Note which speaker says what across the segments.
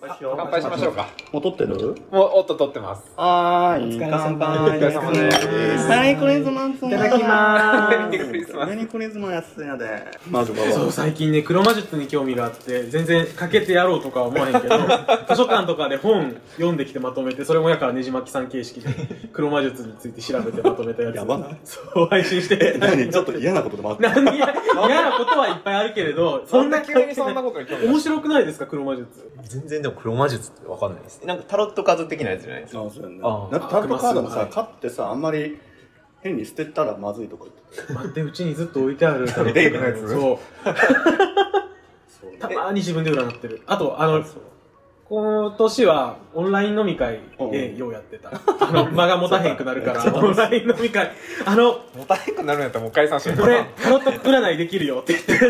Speaker 1: 杯しよう。
Speaker 2: 乾杯しましょうか。
Speaker 1: もう撮ってる
Speaker 2: もう、おっと、撮ってます。
Speaker 1: あ
Speaker 3: お疲
Speaker 1: ー、
Speaker 3: れ
Speaker 1: 乾
Speaker 3: 様
Speaker 1: 杯
Speaker 3: です。
Speaker 2: お疲れ様です
Speaker 1: メリークリスマス
Speaker 3: いただきま
Speaker 2: メリークリスマス
Speaker 1: メリークリスマス安いので。まず
Speaker 4: そう最近ね黒魔術に興味があって全然かけてやろうとかは思わへんけ ど図書館とかで本読んできてまとめてそれもやからねじまきさん形式で黒魔術について調べてまとめたやつ
Speaker 1: やばない
Speaker 4: そう配信して
Speaker 1: 何ちょっと嫌なことでもあった。
Speaker 4: 何や嫌なことはいっぱいあるけれど
Speaker 2: そ
Speaker 4: そ
Speaker 2: ん
Speaker 4: ん
Speaker 2: な
Speaker 4: な
Speaker 2: 急にそんなことに興味ない
Speaker 4: 面白くないですか黒魔術
Speaker 5: 全然でも黒魔術ってわかんないですねなんかタロット数的なやつじゃないですか
Speaker 1: そうそうよね。
Speaker 5: あー
Speaker 1: なんかタロットカードも
Speaker 4: は
Speaker 1: さ
Speaker 4: い、
Speaker 1: 買ってさ、あんまり変に捨てたらまずいとか言って
Speaker 4: 待ってうちにずっと置いてあるタ ロット
Speaker 5: デイブのやつ
Speaker 4: そう
Speaker 1: そう
Speaker 4: たまに自分で占ってるあとあの今年はオンライン飲み会でようやってた、あ の間が持たへんくなるからオンライン飲み会あの
Speaker 2: もたへんくなるんやったらもう解散しよう
Speaker 4: これタロット占いできるよって言って
Speaker 1: で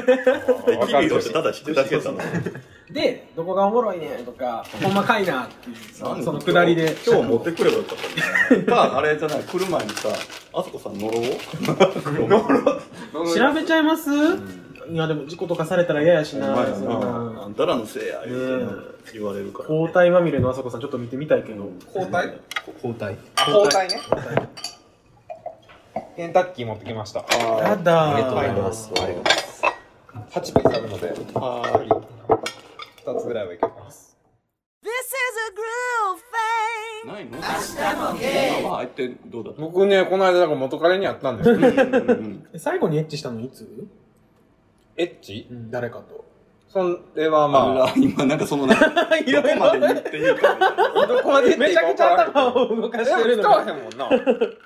Speaker 1: きるよって
Speaker 2: した
Speaker 1: だ知ってるだけだもん。
Speaker 4: でどこがおもろいねんとかほんまかいなっていうそ
Speaker 1: なん
Speaker 4: のくだりで
Speaker 1: 今日持ってくればよかった ね。まあ、あれじゃない、来る前にさ、あそこさん 乗ろう乗ろう
Speaker 4: 調べちゃいます、いやでも事故とかされたら嫌やしな
Speaker 1: 前や
Speaker 4: そん
Speaker 1: な。あ
Speaker 4: なん
Speaker 1: たらのせいや、言うてな
Speaker 4: ね
Speaker 1: 言われるから。
Speaker 4: 包帯まみれのあさこさんちょっと見てみたいけど
Speaker 2: 交代
Speaker 5: 包帯
Speaker 2: 交代ねケンタッキー持ってきました
Speaker 4: や
Speaker 1: あ
Speaker 5: あ
Speaker 4: だー
Speaker 5: りがとうございます
Speaker 1: ありがとうございます。
Speaker 2: 8ピースあるので2つぐらいはいけます
Speaker 1: ないの明日もゲーまあ、入ってどう だっ
Speaker 2: 僕ねこの間なんか元彼に会ったんです
Speaker 1: たうんうん
Speaker 4: え最後にエッチしたのいつ、
Speaker 2: エッチ
Speaker 4: 誰かと
Speaker 2: それはまあ
Speaker 1: あら、今なんかそのなんか、どこ
Speaker 4: いろいろ
Speaker 1: まで言っていいかみたいな。
Speaker 2: どこまで
Speaker 4: めちゃくちゃ頭
Speaker 2: を
Speaker 4: を動かして
Speaker 2: え
Speaker 4: る
Speaker 2: 使
Speaker 4: の
Speaker 2: わ
Speaker 4: が
Speaker 2: へんもんな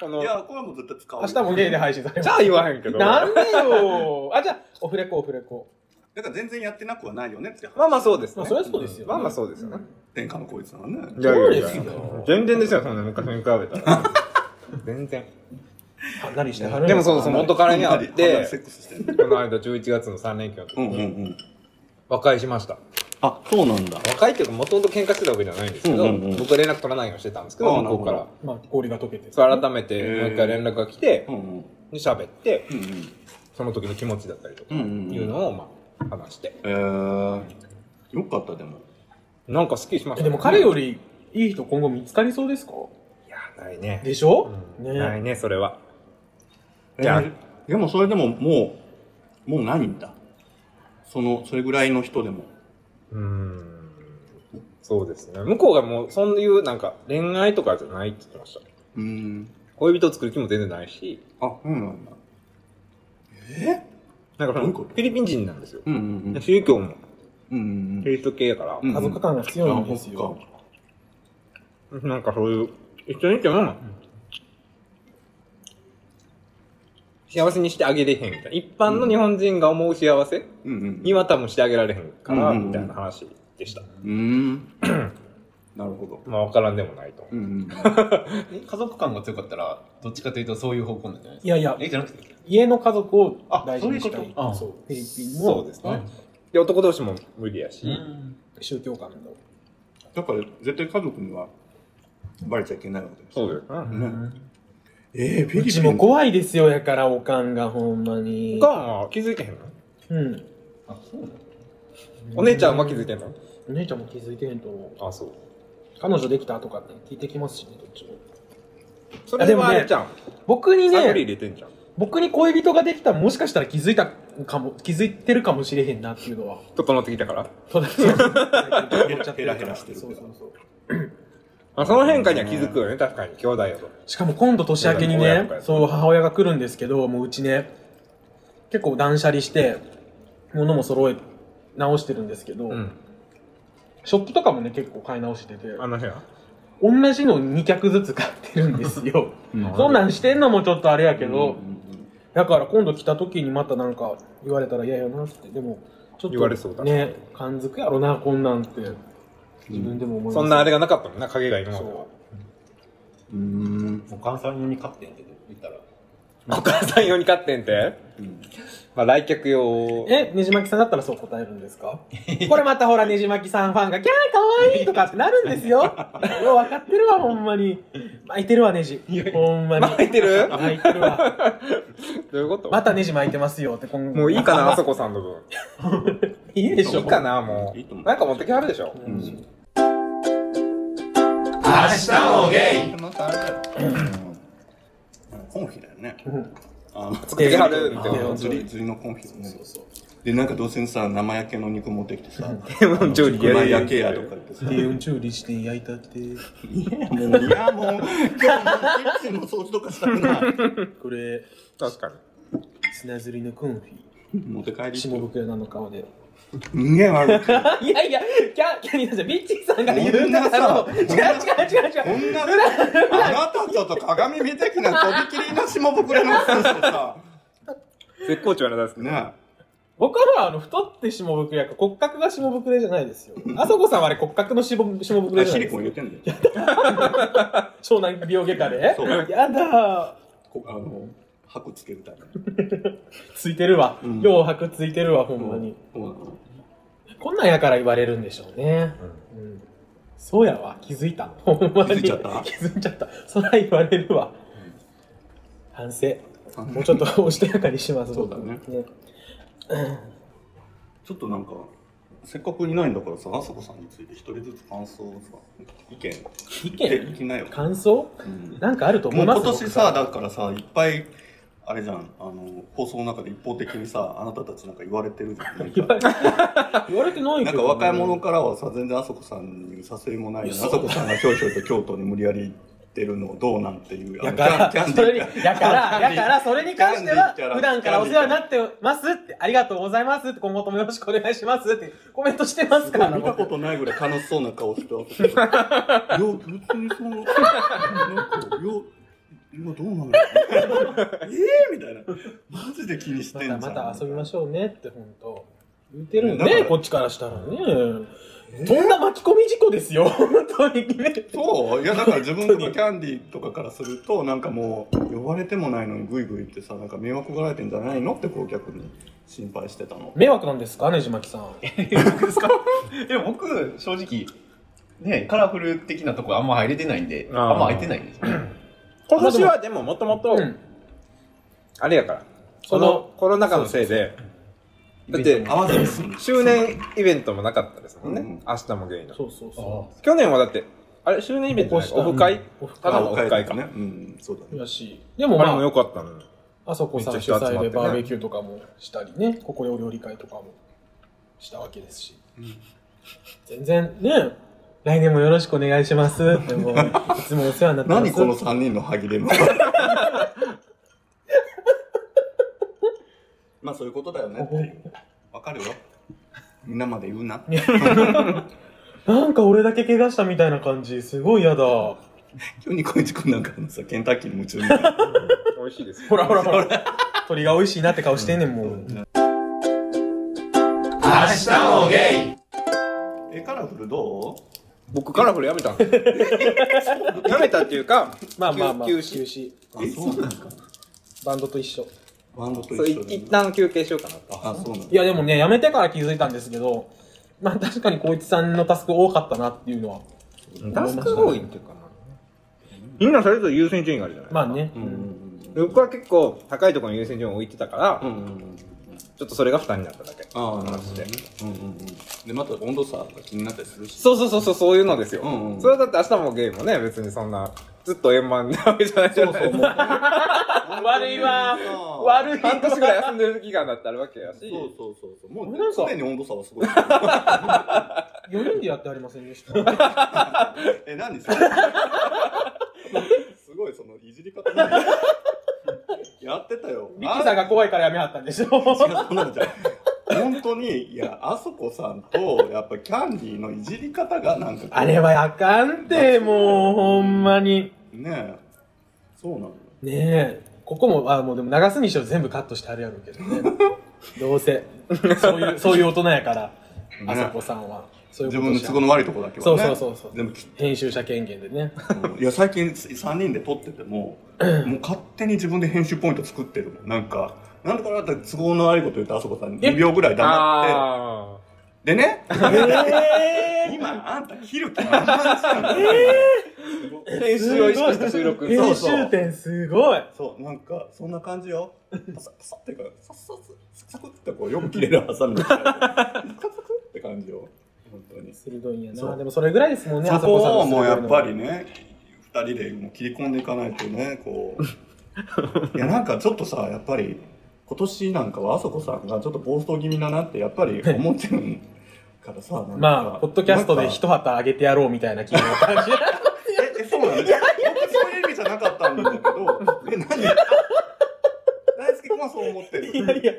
Speaker 2: この
Speaker 1: いや、これはもう絶対使うよ。
Speaker 4: 明日もゲイで配信されます
Speaker 2: じゃあ言わへんけど
Speaker 4: なんでよあじゃあオフレコオフレコ
Speaker 1: だから全然やってなくはないよねって話。
Speaker 2: まあまあそうです
Speaker 4: まあ
Speaker 2: ね
Speaker 4: そりゃそうですよね
Speaker 2: まあまあそうですよね
Speaker 1: 天下のこいつだもんね。
Speaker 2: いやいやいや
Speaker 4: そうですよ
Speaker 2: 全然ですよそんな昔に比べたら全然
Speaker 4: あ何してはるん
Speaker 2: でもそうそう元彼に会っ
Speaker 1: かなり
Speaker 2: て
Speaker 1: セックスしてんの
Speaker 2: この間11月の3連休の時
Speaker 1: うんうんう
Speaker 2: に
Speaker 1: ん。
Speaker 2: 和解しました
Speaker 1: あ、そうなんだ。
Speaker 2: 和解っていうかもともと喧嘩してたわけじゃないんですけど、
Speaker 1: うんうんうん
Speaker 2: 僕は連絡取らないようにしてたんですけ
Speaker 1: あ
Speaker 2: ど
Speaker 1: あ
Speaker 2: 向こうから
Speaker 4: まあ氷が溶けて
Speaker 2: それ改めてもう一回連絡が来て
Speaker 1: うんうん。
Speaker 2: で喋って
Speaker 1: うんうん。
Speaker 2: その時の気持ちだったりとか
Speaker 1: うんうんうん
Speaker 2: いうのをまあ話して
Speaker 1: えー、よかったでも。
Speaker 2: なんか好きしま
Speaker 4: え
Speaker 2: した
Speaker 4: でも彼よりいい人今後見つかりそうですか
Speaker 2: いやないね
Speaker 4: でしょ、
Speaker 2: うん
Speaker 4: ね
Speaker 2: ないねそれは
Speaker 1: じ
Speaker 2: じ
Speaker 1: ゃ
Speaker 2: ゃ
Speaker 1: あ
Speaker 2: あ
Speaker 1: でもそれでももう、もうないんだ。その、それぐらいの人でも。
Speaker 2: うーんそうですね向こうがもうそういうなんか恋愛とかじゃないって言ってました
Speaker 1: うーん。
Speaker 2: 恋人を作る気も全然ないし
Speaker 1: あ、そうなんだ。
Speaker 2: なんかそ
Speaker 1: どうい
Speaker 2: の
Speaker 1: うこ
Speaker 2: フ
Speaker 1: と
Speaker 2: ィリピン人なんですよ
Speaker 1: うんうんうん。
Speaker 2: 宗教も
Speaker 1: うんうん
Speaker 2: キリスト系やから、
Speaker 1: うん。
Speaker 4: 家族感が強いんです
Speaker 1: あ
Speaker 4: よ
Speaker 1: そっ、か
Speaker 2: なんかそういう、一緒にいても、幸せにしてあげれへんみたいな。一般の日本人が思う幸せ
Speaker 1: うんうん。
Speaker 2: には多分してあげられへんから、
Speaker 1: うんうんうん
Speaker 2: みたいな話でした。
Speaker 1: うーん。なるほど。
Speaker 2: まあ、わからんでもないと。
Speaker 1: うんうん。
Speaker 5: え家族感が強かったらどっちかというとそういう方向なんじゃないで
Speaker 4: い
Speaker 5: す
Speaker 4: やいや
Speaker 5: かえじゃなくて
Speaker 4: 家の家族を
Speaker 1: あ
Speaker 4: 大事にしたい
Speaker 1: そういう
Speaker 5: ことあ
Speaker 4: そうフィリピン
Speaker 2: そ
Speaker 4: も
Speaker 2: うですね。で、男同士も無理やし、
Speaker 4: 宗教観の
Speaker 1: だから絶対家族にはバレちゃいけないわけです。
Speaker 2: そうですね。
Speaker 1: ええ、フ
Speaker 4: う
Speaker 1: ィリピ
Speaker 4: ち
Speaker 1: ン
Speaker 4: も怖いですよやからおかんがほんまに
Speaker 2: おかんは気づいてへんの
Speaker 4: うん
Speaker 5: あそうなの
Speaker 2: お姉ちゃんは気づいてんの
Speaker 4: お姉ちゃんも気づいてへんと思う
Speaker 2: あ、そう。
Speaker 4: 彼女できたとかね聞いてきますしねどっちも
Speaker 2: それでもあれちゃん、
Speaker 4: 僕に
Speaker 2: 探り入
Speaker 4: ね
Speaker 2: れてんじゃん。
Speaker 4: 僕に恋人ができたらもしかしたら気づいたかも気づいてるかもしれへんなっていうのは
Speaker 2: 整ってきたから。
Speaker 4: そうだそうだ
Speaker 1: ヘラヘラしてるけ
Speaker 4: そ
Speaker 1: ど
Speaker 4: うそうそう
Speaker 2: まあ、その変化には気づくよね、確かに。兄弟やと。
Speaker 4: しかも今度年明けに
Speaker 2: 親と
Speaker 4: ね
Speaker 2: かやと
Speaker 4: そう母親が来るんですけどもううちね結構断捨離して物も揃え直してるんですけど、
Speaker 2: うん。
Speaker 4: 食器とかもね結構買い直してて
Speaker 2: あの部屋。
Speaker 4: 同じの2脚ずつ買ってるんですよ
Speaker 1: う ん
Speaker 4: そんなんしてんのもちょっとあれやけど、
Speaker 1: うんうん
Speaker 4: だから今度来た時にまたなんか言われたら嫌やなってでもちょっと
Speaker 2: 言われそうだ
Speaker 4: ね感づくやろなこんなんって自分でも思います、
Speaker 2: そんなあれ
Speaker 4: が
Speaker 2: がなかったもんな、影が今までは。
Speaker 4: そ
Speaker 1: うん。う
Speaker 5: お母さん用に買ってんって言ったら
Speaker 2: お母さん用に買ってんて
Speaker 1: ーん。
Speaker 2: まあ来客用
Speaker 4: う。えねじまきさんだったらそう答えるんですか これまたほらねじまきさんファンが「キャーかわいい!」とかってなるん ですようわ分かってるわほんまに巻いてるわねじほんまに
Speaker 2: 巻いて る
Speaker 4: 巻いてるわ
Speaker 2: どういうこと
Speaker 4: またねじ巻いてますよって今後
Speaker 2: もういいかな、あそこさんの分。
Speaker 4: いいでしょ
Speaker 2: いいかな、も
Speaker 1: いいと思
Speaker 2: う。
Speaker 1: う
Speaker 2: なんか持ってきはるでしょ。
Speaker 4: うん
Speaker 1: うんもゲイまたあれだよ。うんコンフィだよね。あの、
Speaker 2: 作ってはるみたいな
Speaker 1: あ釣り、釣りのコンフィだね。で、なんかどうせさ、生焼けの肉持ってきてさ、
Speaker 2: もう調理
Speaker 1: 熊
Speaker 2: や
Speaker 1: 焼
Speaker 2: る
Speaker 1: けやとか言ってさ、
Speaker 4: 低温調理して焼いたって
Speaker 1: いやもう、いやもう、今日もうキッチンの掃除とかしたくない。
Speaker 4: これ
Speaker 2: 確かに
Speaker 4: 砂ずりのコンフ
Speaker 1: 持って帰
Speaker 4: ィ
Speaker 1: り
Speaker 4: 下袋なの顔で
Speaker 1: 人間悪くな い。
Speaker 3: いやいや、キャキャリーさん、ビッチーさんが言
Speaker 1: こ
Speaker 3: うんんだ
Speaker 1: な
Speaker 3: から
Speaker 1: さ、
Speaker 3: もう、違う違う
Speaker 1: こ
Speaker 3: 違う違う。
Speaker 1: んな、あなたちょっと鏡見てきな、とびきりの下膨れのスーツとさ、
Speaker 2: 絶好調やな大好き
Speaker 1: ね
Speaker 4: 僕はあの太って下膨れやから骨格が下膨れじゃないですよあそこさんはあれ骨格の下膨れ下膨
Speaker 1: え、
Speaker 4: れじゃな
Speaker 1: シ
Speaker 4: いです
Speaker 1: リコ
Speaker 4: か
Speaker 1: ン入れてんだよ。
Speaker 4: 湘南美容外科で
Speaker 1: そう
Speaker 4: やだ
Speaker 1: こあの、白つけるために。
Speaker 4: ーついてるわ、
Speaker 1: うん
Speaker 4: よう白くついてるわほんまに、
Speaker 1: そうなの
Speaker 4: こんなんやから言われるんでしょうね。うん。そうやわ。気づいた。 ほんまに。
Speaker 1: 気づいちゃった
Speaker 4: 気づいちゃった。そら言われるわ。反省。
Speaker 1: 反省
Speaker 4: もうちょっとおしとやかにします。
Speaker 1: そうだね
Speaker 4: 僕ね
Speaker 1: ちょっとなんか、せっかくいないんだからさ、あさこさんについて一人ずつ感想をさ、意見、
Speaker 4: 意
Speaker 1: で
Speaker 4: 見
Speaker 1: きなよ。
Speaker 4: 感想
Speaker 1: うん
Speaker 4: なんかあると思
Speaker 1: もう
Speaker 4: います
Speaker 1: 今年さ、だからさ、いっぱい、あれじゃん、あの、放送の中で一方的にさ、あなたたちなんか言われてるじ ゃん。なん
Speaker 4: 僕
Speaker 1: か
Speaker 4: ら言われてないけどね
Speaker 1: なんか若い者からはさ、全然あそこさんに誘いもないのに、あそこさんがひょいひょいと京都に無理やり行ってるのどうなんていう、あ
Speaker 4: や
Speaker 1: の
Speaker 4: から、
Speaker 1: キャン
Speaker 4: そ
Speaker 1: キャン
Speaker 4: れ
Speaker 1: ディー
Speaker 4: に、やから、やから、それに関しては
Speaker 1: キャンディーキャ、ラ
Speaker 4: 普段からお世話になってますって、ありがとうございますって、今後ともよろしくお願いしますって、コメントしてますから。
Speaker 1: 見たことないぐらい楽しそうな顔してあそこさんいや、別にその、なんか、いや、今どうなのええみたいな。マジで気にして
Speaker 4: ま
Speaker 1: んじゃ
Speaker 4: た
Speaker 1: ん。
Speaker 4: また遊びましょうねって本当言ってるよ
Speaker 1: だか
Speaker 4: ね
Speaker 1: ら
Speaker 4: こっちからしたらね、とんだ巻き込み事故ですよ本当に
Speaker 1: そういやだから自分とかキャンディーとかからするとなんかもう呼ばれてもないのにグイグイってさなんか迷惑がられてんじゃないのってこう逆に心配してたの
Speaker 4: 迷惑なんですかねじまきさん
Speaker 5: ですかでも僕、正直、ね、カラフル的なとこあんま入れてないんで、
Speaker 2: あー
Speaker 5: あんま入ってないんですよね。
Speaker 2: 今年はでももともと
Speaker 4: うん
Speaker 2: あれやから
Speaker 4: そ
Speaker 2: こ
Speaker 4: の
Speaker 2: のコロナ禍のせいでだって
Speaker 1: 合わせです
Speaker 2: 周年イベントもなかったですもんね、
Speaker 1: うん
Speaker 2: 明日もゲイの
Speaker 4: そうそうそ
Speaker 2: 去年はだってあれ周年イベントじゃないオフ会、
Speaker 4: うオフ
Speaker 2: ただ
Speaker 4: 会
Speaker 2: のオフ会か
Speaker 1: ねうんそうだね
Speaker 4: らしいでも
Speaker 2: あれも
Speaker 4: ま
Speaker 2: 良かったのに
Speaker 4: ああそこさん
Speaker 2: めっ
Speaker 4: 主
Speaker 2: ちゃ人集まっ
Speaker 4: 催
Speaker 2: てね
Speaker 4: でバーベキューとかもしたりねここでお料理会とかもしたわけですし、全然ね来年もよろしくお願いしますってもういつもお世話になってます
Speaker 1: 何この3人の歯切れも まあそういうことだよねっていうわかるよみんなまで言うな
Speaker 4: なんか俺だけ怪我したみたいな感じすごい嫌だ
Speaker 1: 急に小市君なんかのさケンタッキーに夢中になる
Speaker 2: 美味しいですよ
Speaker 4: ほらほらほら。鳥が美味しいなって顔してんねん、もう。
Speaker 1: えカラフルどう
Speaker 2: 僕カラフルやめたんですよやめたっていうか
Speaker 4: まあまあまあ、
Speaker 2: 休休止
Speaker 4: 止。
Speaker 1: あそうなんですか
Speaker 4: バンドと一緒。
Speaker 1: バンドと
Speaker 2: そう
Speaker 1: 一緒
Speaker 2: い
Speaker 1: に
Speaker 2: 一旦休憩しようかなと
Speaker 1: あそうなんだ
Speaker 4: いや、でもね、やめてから気づいたんですけど、まあ確かに光一さんのタスク多かったなっていうのは。
Speaker 2: タスク多いっていうかなみんなそれぞれ優先順位があるじゃない
Speaker 4: まあね。
Speaker 1: うんうん
Speaker 2: で僕は結構高いところに優先順位を置いてたから、
Speaker 1: うんうんうんうん
Speaker 2: ちょっとそれが負担になっただけ
Speaker 1: ああなるほ
Speaker 2: ほ
Speaker 1: ど
Speaker 2: ど
Speaker 1: ね
Speaker 2: ね
Speaker 1: うんうんうんでまた温度差が気になったりするし
Speaker 2: そうそうそうそうそういうのですよ、
Speaker 1: うんうん
Speaker 2: それはだって明日もゲームもね別にそんなずっと円満なわけじゃないじゃないですか
Speaker 4: 悪いわ
Speaker 1: そう
Speaker 4: 悪い
Speaker 2: 半年ぐらい休んでる期間だってあるわけやし
Speaker 1: そうそうそうそうも
Speaker 4: 俺なん
Speaker 1: う
Speaker 4: か
Speaker 1: すでに温度差はすごい
Speaker 4: 4人でやってありませんでした。
Speaker 1: え何 それすごいそのいじり方が やってたよ
Speaker 4: ミッキーさんが怖いからやめはったんでしょ。
Speaker 1: 違うそうなんじゃない本当にいやあそこさんとやっぱキャンディーのいじり方がなんかこう
Speaker 4: あれはあかんて、もう、ほんまに。
Speaker 1: ねえそうなのよ
Speaker 4: ねえ。ここも、あ、もうでも流すにしろ全部カットしてあるやろうけどね。 どうせ。そういう、そういう大人やから、
Speaker 1: ね
Speaker 4: あさこさんは。そうい
Speaker 1: 自
Speaker 4: うこと
Speaker 1: 分の
Speaker 4: しちゃ
Speaker 1: 都
Speaker 4: う
Speaker 1: 合の悪いとこだけはね
Speaker 4: そうそうそうそう
Speaker 1: 全部切っ
Speaker 4: 編集者権限でね。
Speaker 1: うんいや最近3人で撮っててももう勝手に自分で編集ポイント作ってるもんなんかなんだかなって都合の悪いこと言うとあそこさん
Speaker 4: え
Speaker 1: 2秒ぐらい黙っ
Speaker 2: あ
Speaker 1: てでね
Speaker 4: え
Speaker 1: 今あんた切る気満々じゃん
Speaker 2: ー編集を意識した収録
Speaker 1: え
Speaker 4: 編集点すごい
Speaker 1: そうなんかそんな感じよパサパサっていうかササササクサクってこうよく切れるハサミみたいなサクサクって感じよ
Speaker 5: 本当に。
Speaker 4: 鋭いんや
Speaker 5: そ
Speaker 4: な。
Speaker 5: う
Speaker 4: でもそれぐらいですもんね、
Speaker 1: そこ
Speaker 4: さん
Speaker 1: を
Speaker 4: の
Speaker 1: もう
Speaker 4: 鋭
Speaker 1: や
Speaker 4: い
Speaker 1: っ
Speaker 4: の
Speaker 1: ぱり。ね、二人でもう切り込んでいかないとね、こう。いや、なんかちょっとさ、やっぱり、今年なんかはあそこさんがちょっと暴走気味だなってやっぱり思ってるからさ、なんか
Speaker 4: まあ、ポッドキャストで一旗あげてやろうみたい な気分の感じ。
Speaker 1: え、えそうなの僕そういう意味じゃなかったんだけど、え、何 大輔君はそう思ってる。
Speaker 4: いやいや、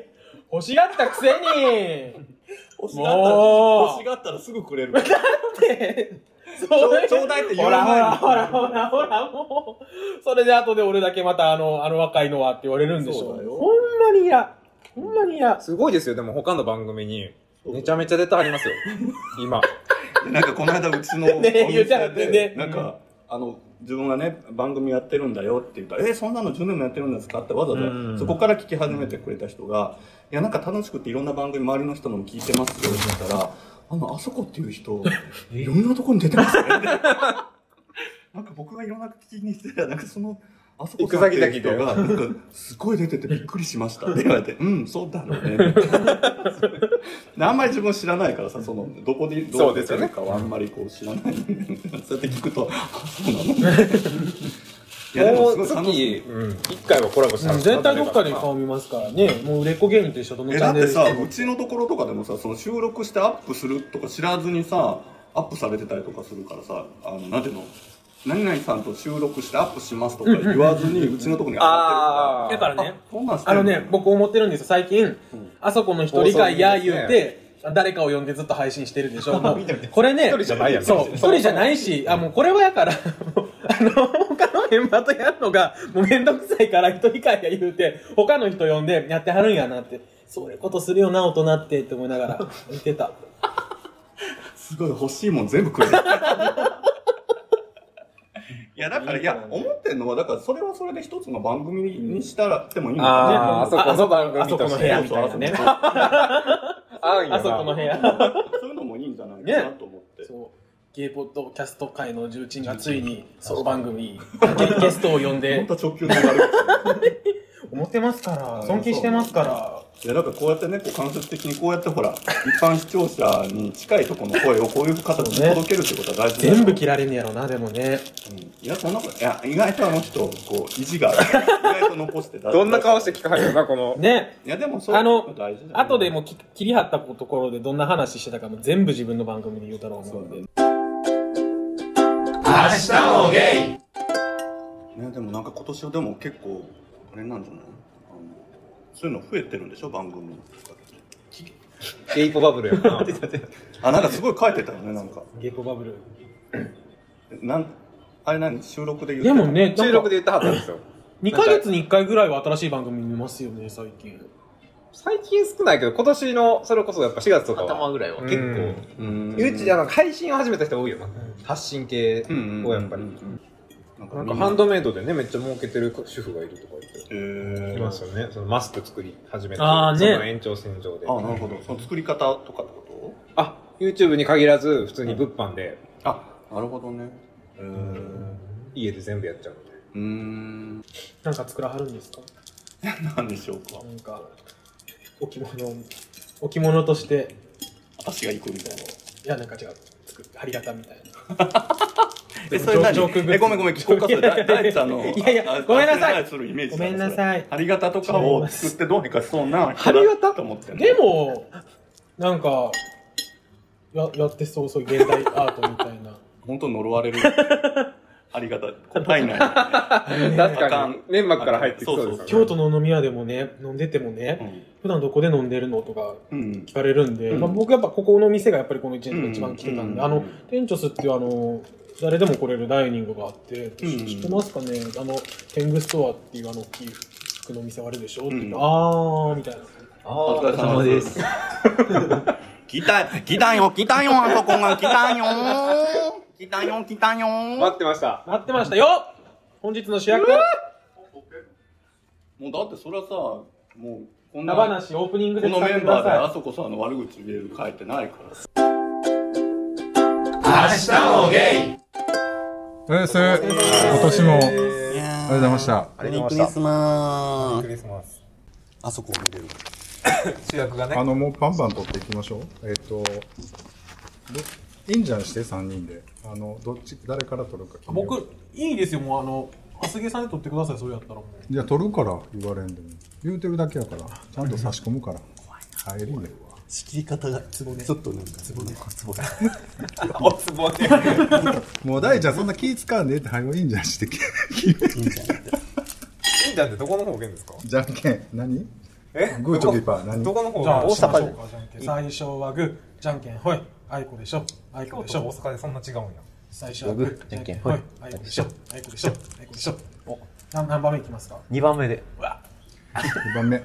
Speaker 4: 欲しがったくせに。
Speaker 1: 欲しがったら、
Speaker 4: も
Speaker 1: 欲
Speaker 4: う
Speaker 1: し。がったらすぐくれる。
Speaker 4: って
Speaker 1: ち
Speaker 4: そ
Speaker 1: ょ
Speaker 4: れ
Speaker 1: ちょうだいって言
Speaker 4: ほ
Speaker 1: わ
Speaker 4: らほら
Speaker 1: ない
Speaker 4: ほらほらほらもうそれで後で俺だけまたあのあの若いのはって言われるんでし
Speaker 1: そ
Speaker 4: ょ
Speaker 1: うだよ
Speaker 4: ほんまに嫌ほんまに嫌
Speaker 2: すごいですよ、でも他の番組に。めちゃめちゃ出てありますよ。今。
Speaker 1: なんかこの間うちのお
Speaker 4: ね言
Speaker 1: 店
Speaker 4: うちゃってね
Speaker 1: で、なんか、あの、自分がね、番組やってるんだよって言ったら、え、そんなの10年もやってるんですかってわざ
Speaker 2: う
Speaker 1: わ
Speaker 2: ん
Speaker 1: ざそこから聞き始めてくれた人が、いや、なんか楽しくていろんな番組周りの人のも聞いてますよって言ったら、あの、あそこっていう人、いろんなとこに出てますね。 なんか僕がいろんな聞きにしてたら、なんかその、あそこさんっていう人が、なんか、すごい出ててびっくりしましたって言われて、うん、そうだろうね。であんまり自分知らないからさ、その、どこで、どう出てるかはあんまりこう知らない。そうやって聞くと、あ、そうなの いや、で
Speaker 2: も
Speaker 1: もすご
Speaker 2: う
Speaker 1: い楽しい
Speaker 2: 月、うん、1回はコラボしたんです
Speaker 4: 絶対どっかで顔見ますからねもう売れっ子芸人と一緒どのチャ
Speaker 1: え、だ
Speaker 4: ン
Speaker 1: っ
Speaker 4: ネル
Speaker 1: て
Speaker 4: で
Speaker 1: さ、うちのところとかでもさ、その収録してアップするとか知らずにさ、アップされてたりとかするからさ、あの、なんていうの何々さんと収録してアップしますとか言わずに、うちのところに上が
Speaker 2: あ
Speaker 1: って
Speaker 4: だ
Speaker 1: る
Speaker 4: か
Speaker 1: からら。
Speaker 4: ね
Speaker 1: あ、そんなんして
Speaker 4: あ
Speaker 1: ん
Speaker 4: のね僕思ってるんですよ最近、あそこの一人が嫌言う
Speaker 2: 放送
Speaker 4: て誰かを呼んでずっと配信してる でしょ。もう
Speaker 5: 見て見て
Speaker 4: これね、
Speaker 2: 一人じゃないやん
Speaker 4: そう、一人じゃないし、あ、もうこれはやから、 もうあの、他のメンバーとやるのが、もうめんどくさいから一人会や言うて、他の人呼んでやってはるんやなって、そういうことするよな、大人ってって思いなが ら見てた。
Speaker 1: すごい欲しいもん全部くれる。いや、だから、いや、思ってんのは、だから、それはそれで一つの番組にしたらってもいいのか
Speaker 2: あー、あそこ、
Speaker 4: あそこ
Speaker 2: あそこの
Speaker 4: あそこ
Speaker 2: 部屋
Speaker 1: な。
Speaker 4: の部屋みたいなね
Speaker 1: そうそうそう
Speaker 2: あんよな
Speaker 4: あそこの部屋。
Speaker 1: そういうのもいいんじゃないかなと思って。
Speaker 4: そうゲイポッドキャスト界の重鎮がついに、ソロ番組、ゲゲストを呼ん
Speaker 1: 本
Speaker 4: で
Speaker 1: 当、は直球で流れる。
Speaker 4: 思ってますから、尊敬してますから。
Speaker 1: いやなんかこうやってね、こう間接的にこうやってほら、一般視聴者に近いところの声をこういう形
Speaker 4: そうね
Speaker 1: で届けるってことは大事だよ
Speaker 4: 全部切られんねやろな、でもね。
Speaker 1: うんいや、そんなこと、いや、意外とあの人、こう、意地がある、意外と残して
Speaker 2: どんな顔して
Speaker 1: い
Speaker 2: 聞かはるよな、この。
Speaker 4: ね、
Speaker 1: や、でもそう
Speaker 4: あの
Speaker 1: 大事だよね
Speaker 4: 後でもうき切り張ったところでどんな話してたかも全部自分の番組で言うたろう
Speaker 1: そ
Speaker 4: 思
Speaker 1: う
Speaker 4: うん
Speaker 1: だ
Speaker 4: で
Speaker 1: ね。。
Speaker 5: 明日もゲイ
Speaker 1: ね、でもなんか今年はでも結構、あれなんじゃないあのそういうの増えてるんでしょ、番組。
Speaker 2: ゲイポバブルやな。
Speaker 1: あ、なんかすごい書いてたよね、なんか。
Speaker 4: ゲコバブル。
Speaker 1: なんあれ何収録で言っ
Speaker 4: で
Speaker 1: てた
Speaker 4: も、ね、
Speaker 2: 収録
Speaker 4: で。
Speaker 2: で言ったはずなんですよ。
Speaker 4: 2ヶ月に1回ぐらいは新しい番組見ますよね、最近。
Speaker 2: 最近少ないけど、今年の、それこそやっぱ4月とか
Speaker 5: 頭
Speaker 2: は。
Speaker 5: ぐらいは
Speaker 2: うん
Speaker 5: 結構。
Speaker 1: うーん
Speaker 2: うち、あの、配信を始めた人多いよな。発信系
Speaker 1: うん
Speaker 2: をやっぱり。
Speaker 1: なんか
Speaker 2: な
Speaker 1: み
Speaker 2: んか
Speaker 1: んな
Speaker 2: ハンドメイドでね、めっちゃ儲けてる主婦がいるとか言って。
Speaker 1: えー
Speaker 2: いますよね。そのマスク作り始めて。
Speaker 4: あーね
Speaker 2: その延長線上で。
Speaker 1: あ、なるほど。その作り方とかってこ
Speaker 2: あ、YouTube に限らず、普通に物販で、
Speaker 1: とあ、なるほどね。うーん。
Speaker 2: 家で全部やっちゃうみたいな。
Speaker 1: うーん。
Speaker 4: なんか作らはるんですか
Speaker 1: なんでしょうか。
Speaker 4: なんか、置物、置物として、
Speaker 1: 私が行くみたいな。
Speaker 4: いや、なんか違う。作って、張り方みたいな。
Speaker 1: え、それ何
Speaker 4: ジョークグッズ
Speaker 1: え、ごめんごめん、聞こうか、それ。だい大地さんの。
Speaker 4: いやいや
Speaker 1: あ
Speaker 4: ごめんなさい
Speaker 1: あするイメージ
Speaker 4: ご
Speaker 1: だ
Speaker 4: めんなさい
Speaker 1: それありがたとかを作ってどうにかしそうな。
Speaker 2: ありがた
Speaker 1: と思ってんの
Speaker 4: で、も、なんか、ややってそう、そういう現代アートみたいな。
Speaker 1: 本当呪われる。 ありがた。答えない。
Speaker 2: 確
Speaker 1: あ
Speaker 2: か
Speaker 1: か
Speaker 2: に
Speaker 1: ん
Speaker 2: 粘膜から入ってきそうですよね
Speaker 4: 京都の飲み屋でもね、飲んでてもね、普段どこで飲んでるのとか
Speaker 1: うん。うん
Speaker 4: 聞。かれるんで、
Speaker 1: うん
Speaker 4: まあ、僕やっぱここの店がやっぱりこの1年とか一番来てたんで、
Speaker 1: うん
Speaker 4: あの店長スっていうあの誰でも来れるダイニングがあって、
Speaker 1: ん
Speaker 4: 知ってますかねあの天狗ストアっていうあの大きい服の店あれでしょ、って言って
Speaker 1: うん
Speaker 4: あーみたいな
Speaker 5: あ。
Speaker 1: お疲れ様です 来た、来たよ、来たよ、あそこが来たよ。来たよ、来たよ。
Speaker 2: 待ってました。
Speaker 4: 待ってましたよ本日の主役
Speaker 1: もうだってそれはさ、もう、こん
Speaker 4: 名話オープニング
Speaker 1: こ
Speaker 4: で
Speaker 1: の
Speaker 4: 伝え
Speaker 1: メ
Speaker 4: て
Speaker 1: ン
Speaker 4: くだ
Speaker 1: バーで
Speaker 4: さ
Speaker 1: あそこさんの悪口言える書いてないからさ。
Speaker 5: 明日もゲイ
Speaker 6: おはようございます。今年も、
Speaker 1: いや
Speaker 6: ありがとうございました。
Speaker 1: メリークリスマ
Speaker 2: ク
Speaker 1: ス。
Speaker 2: リスマス。
Speaker 1: あそこを見れる。
Speaker 2: 主役がね
Speaker 6: あ。の、もうバンバン取っていきましょう。えっ、と、いいんじゃんして、3人で。あの、どっち、誰から取るか決めよう。
Speaker 4: 僕、いいですよ、もうあの、厚木さんに取ってください、それやったらもう。
Speaker 6: じゃあ取るから言われんでも。言うてるだけやから。ちゃんと差し込むから。入りね。
Speaker 7: 仕切り方がちょっとなんかつぼね
Speaker 8: おつぼね。
Speaker 6: もう大ちゃんそんな気使わんでええって、はい、いいんじゃんして。
Speaker 2: いいんだってどこの方言ですか
Speaker 6: じゃんけん。何
Speaker 2: え
Speaker 6: グーチョキパー何
Speaker 2: どこの方
Speaker 4: じゃあ、大
Speaker 2: 大
Speaker 4: 阪
Speaker 2: 阪
Speaker 4: で。最初はグー、じゃんけんほい、あいこでしょ。あいこ
Speaker 2: 京
Speaker 4: でしょ
Speaker 2: 都。大阪でそんな違うんや。
Speaker 4: 最初はグー、じゃんけんほい、あいこでしょ。あいこでしょ。あいこでしょ。お、何何番目いきますか
Speaker 7: 2番目で
Speaker 6: 2番目。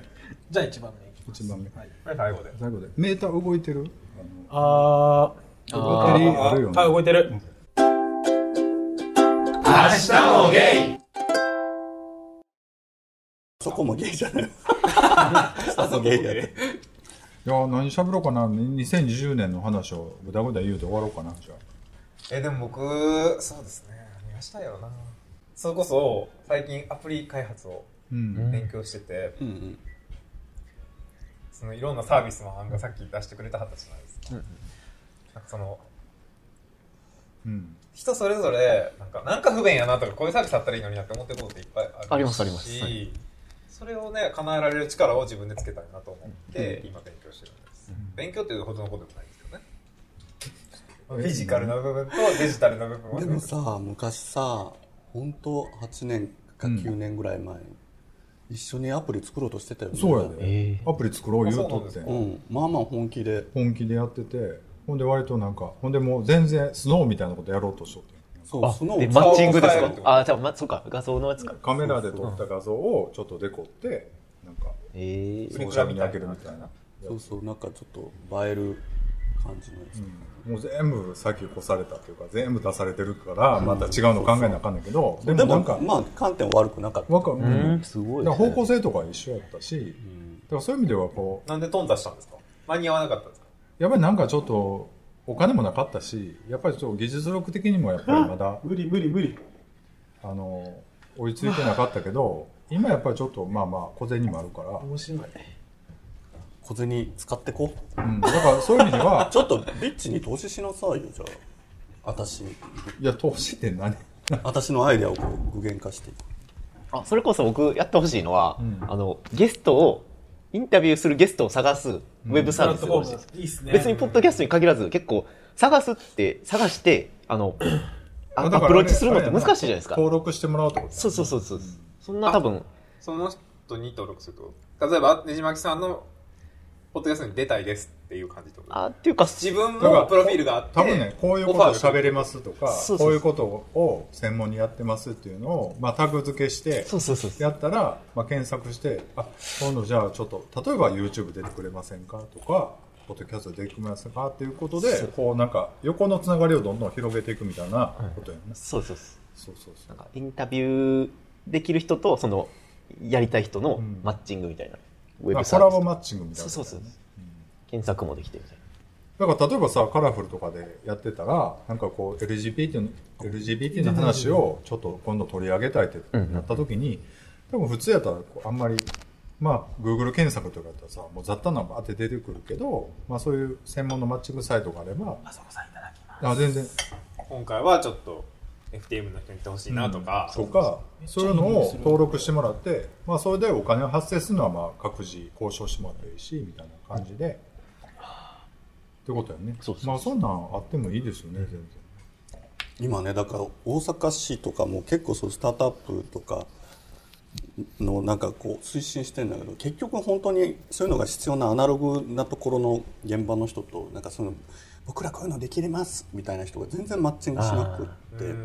Speaker 4: じゃあ1番目いきます。
Speaker 6: 1番目。
Speaker 4: はい。
Speaker 2: これ最後で。
Speaker 6: 最後で。メーター動いてる
Speaker 4: あ
Speaker 6: 動いてるあるよ
Speaker 4: ー、あ、
Speaker 6: ね。
Speaker 4: 動いてる。
Speaker 9: そこもゲイじゃ ない。あそこゲイやで。
Speaker 6: いや、何喋ろうかな。2020年の話をぐだぐだ言うて終わろうかな。じゃあ。
Speaker 2: え、でも僕、そうですね。何がしたいやろな。それこそ、最近アプリ開発を
Speaker 6: うん。
Speaker 2: 勉強してて、
Speaker 7: うんうん
Speaker 2: そのいろんなサービスの案がさっき出してくれたはずじゃないですか。なんかその、
Speaker 6: うん。
Speaker 2: 人それぞれなんか、なんか不便やなとか、こういうサービスあったらいいのになって思ってることっていっぱいあるし
Speaker 7: ありますありますは
Speaker 2: それをね、叶えられる力を自分でつけたいなと思って、今勉強してるんです。勉強っていうほどのことでもないですけどね。フィジカルな部分とデジタルな部分を
Speaker 7: で
Speaker 2: ね
Speaker 7: も
Speaker 9: さあ、昔さ、本当8年か9年ぐらい前、一緒にアプリ作ろうとしてたよね。
Speaker 6: そうやで。
Speaker 7: え
Speaker 6: アプリ作ろう言うとっ
Speaker 2: あそうなんです
Speaker 6: て
Speaker 2: か。
Speaker 9: うん。まあまあ本気で。
Speaker 6: 本気でやってて、ほんで割となんか、ほんでもう全然スノーみたいなことやろうとしとって。
Speaker 9: そ
Speaker 7: ー、
Speaker 9: う、
Speaker 7: あ
Speaker 9: その
Speaker 7: でマッチングです
Speaker 2: 顔を変える
Speaker 7: か
Speaker 2: ってこと
Speaker 7: あじゃあ、ま、そうか画像のやつか
Speaker 6: カメラで撮った画像をちょっとデコって、なんか、
Speaker 7: ええ
Speaker 6: ソーシャルに開けるみたいな。
Speaker 9: そうそう、なんかちょっと映える感じのやつ。
Speaker 6: もう全部先越されたというか、全部出されてるから、また違うの考えなあかんねんけど、で
Speaker 9: で
Speaker 6: も
Speaker 9: も
Speaker 6: なんか、
Speaker 9: まあ観点は悪くなかった。
Speaker 6: わかる。うん
Speaker 7: すごい
Speaker 6: だから方向性とかは一緒やったし、だからそういう意味ではこう、
Speaker 2: なんで頓挫したんですか間に合わなかったんですか
Speaker 6: やっぱりなんかちょっと、お金もなかったし、やっぱりちょっと技術力的にもやっぱりまだ、
Speaker 7: 無理無理無理
Speaker 6: あの、追いついてなかったけど、今やっぱりちょっと、まあまあ、小銭もあるから、
Speaker 4: 面白い。
Speaker 9: 小銭使ってこう。
Speaker 6: うん、だからそういう意味では、
Speaker 9: ちょっとビッチに投資しなさいよ、じゃあ。私に、
Speaker 6: いや、投資って何
Speaker 9: 私のアイデアをこう具現化していく。
Speaker 7: あそれこそ僕やってほしいのは、
Speaker 6: うん
Speaker 7: あのゲストをインタビューするゲストを探すウェブサービスが欲しいです、
Speaker 4: いいっすね。
Speaker 7: 別にポッドキャストに限らず結構探すって探してあのあ
Speaker 6: あ
Speaker 7: ア
Speaker 6: だからあれ
Speaker 7: プローチするのって難しいじゃないですか
Speaker 6: 登録してもらうってこと
Speaker 7: そうそうそうそうそんな多分
Speaker 2: その人に登録すると例えば、ねじまきさんのポッドキャストに出たいですっていう感じってこと
Speaker 7: あっていうか
Speaker 2: 自分
Speaker 6: だから
Speaker 2: のプロフィールがあって、
Speaker 6: 多分ね、こういうことを喋れますとか
Speaker 7: そうそう、そう
Speaker 6: こういうことを専門にやってますっていうのを、まあ、タグ付けして、
Speaker 7: そうそうそう
Speaker 6: やったら、まあ、検索して、あ、今度じゃあちょっと、例えば YouTube 出てくれませんかとか、ポッドキャスト出てくれませんかっていうことで、こうなんか、横のつながりをどんどん広げていくみたいなことやね。
Speaker 7: そうそうそう
Speaker 6: そうそう
Speaker 7: な。
Speaker 6: そうん
Speaker 7: かインタビューできる人とそのやりたい人のマッチングみたいな、ウェ
Speaker 6: だ
Speaker 7: ブ
Speaker 6: か
Speaker 7: サ
Speaker 6: ら
Speaker 7: ー
Speaker 6: コラボ
Speaker 7: ビ
Speaker 6: マッチングみたい
Speaker 7: ス
Speaker 6: な。
Speaker 7: そうそうそう検索もできてみたいな
Speaker 6: だから例えばさ、カラフルとかでやってたら、なんかこう LGBT の、LGBT の話をちょっと今度取り上げたいってなった時に、多分普通やったらこうあんまり、まあ Google 検索とかやったらさ、もう雑多なのばって出てくるけど、まあそういう専門のマッチングサイトがあれば、あそこさんいただきます。あ、全然。
Speaker 2: 今回はちょっと FTM の人に来てほしいなとか、
Speaker 6: とか、そういうのを登録してもらって、まあそれでお金を発生するのはまあ各自交渉してもらっていいし、みたいな感じで、ってことやね。
Speaker 7: そうそう
Speaker 6: まあそんなんあってもいいですよね、全然。
Speaker 9: 今ね、だから大阪市とかも結構そうスタートアップとかのなんかこう推進してんだけど、結局本当にそういうのが必要なアナログなところの現場の人と、なんかその、僕らこういうのできれますみたいな人が全然マッチングしなくって。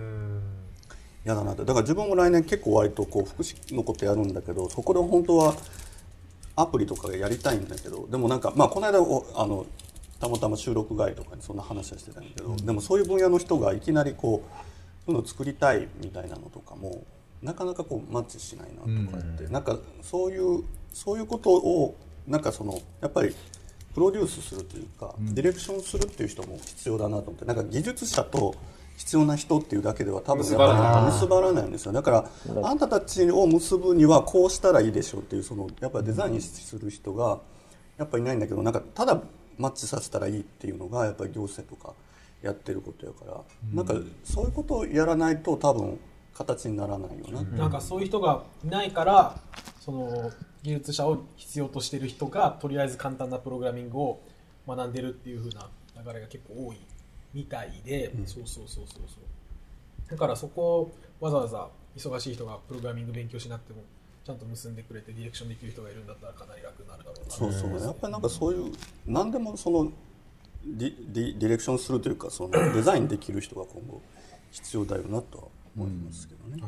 Speaker 9: 嫌だなってだから自分も来年結構割とこう福祉のことやるんだけどそこで本当はアプリとかやりたいんだけどでもなんかまあこの間おあのたまたま収録外とかにそんな話はしてたんだけど、でもそういう分野の人がいきなりこうそういうの作りたいみたいなのとかもなかなかこうマッチしないなとかって、なんかそういうそういうことをなんかそのやっぱりプロデュースするというか、ディレクションするっていう人も必要だなと思ってなんか技術者と必要な人っていうだけでは多分やっぱり結ばらないんですよだからあんたたちを結ぶにはこうしたらいいでしょうっていうそのやっぱりデザインする人がやっぱいないんだけどなんかただマッチさせたらいいっていうのがやっぱり行政とかやってることやから、なんかそういうことをやらないと多分形にならないよなって、
Speaker 4: なんかそういう人がいないからその技術者を必要としてる人がとりあえず簡単なプログラミングを学んでるっていう風な流れが結構多いみたいで、そうそうそうそうそうだからそこをわざわざ忙しい人がプログラミング勉強しなくてもちゃんと結んでくれてディレクションできる人がいるんだったらかなり楽になるだろうな
Speaker 9: そうそう、やっぱりなんかそういう何でもそのディディディレクションするというかそのデザインできる人が今後必要だよなとは思いますけどね、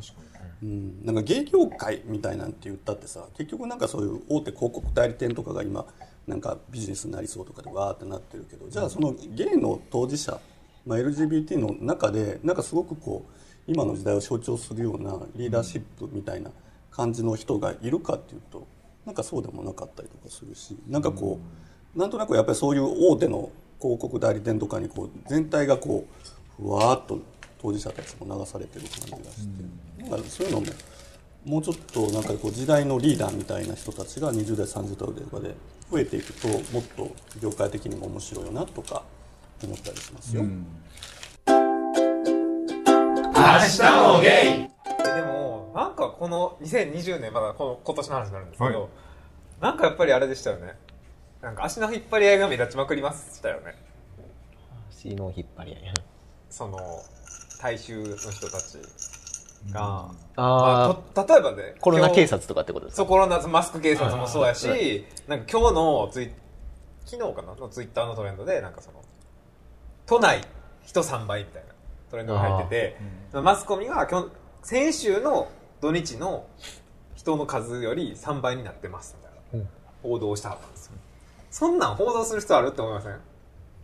Speaker 9: うん、なんか芸業界みたいなんて言ったってさ結局なんかそういう大手広告代理店とかが今なんかビジネスになりそうとかでわーってなってるけどじゃあその芸の当事者、まあ、LGBT の中でなんかすごくこう今の時代を象徴するようなリーダーシップみたいな感じの人がいるかっていうとなんかそうでもなかったりとかするしなんかこう、なんとなくやっぱりそういう大手の広告代理店とかにこう全体がこうふわーっと当事者たちも流されてる感じがして、なんかそういうのももうちょっとなんかこう時代のリーダーみたいな人たちが20代30代とかで増えていくともっと業界的にも面白いなとか思ったりしますよ。
Speaker 2: でもなんかこの2020年まだこの今年の話になるんですけど、なんかやっぱりあれでしたよねなんか足の引っ張り合いが目立ちまくりましたよね
Speaker 10: 足の引っ張り合い。
Speaker 2: その大衆の人たちが、まあ
Speaker 10: ああ、
Speaker 2: と例えばね
Speaker 10: コロナ警
Speaker 2: 今
Speaker 10: 察とかってことで
Speaker 2: 日
Speaker 10: す
Speaker 2: そ
Speaker 10: か
Speaker 2: うコロナマスク警察もそうやし、
Speaker 10: は
Speaker 2: なんか今日のツイ昨日かなのツイッターのトレンドでなんかその都内人3倍みたいなトレンドが入ってて、マスコミが今日先週の土日の人の数より3倍になってますみたいな報道をしたはったんですよそんなん報道する必要あるって思いません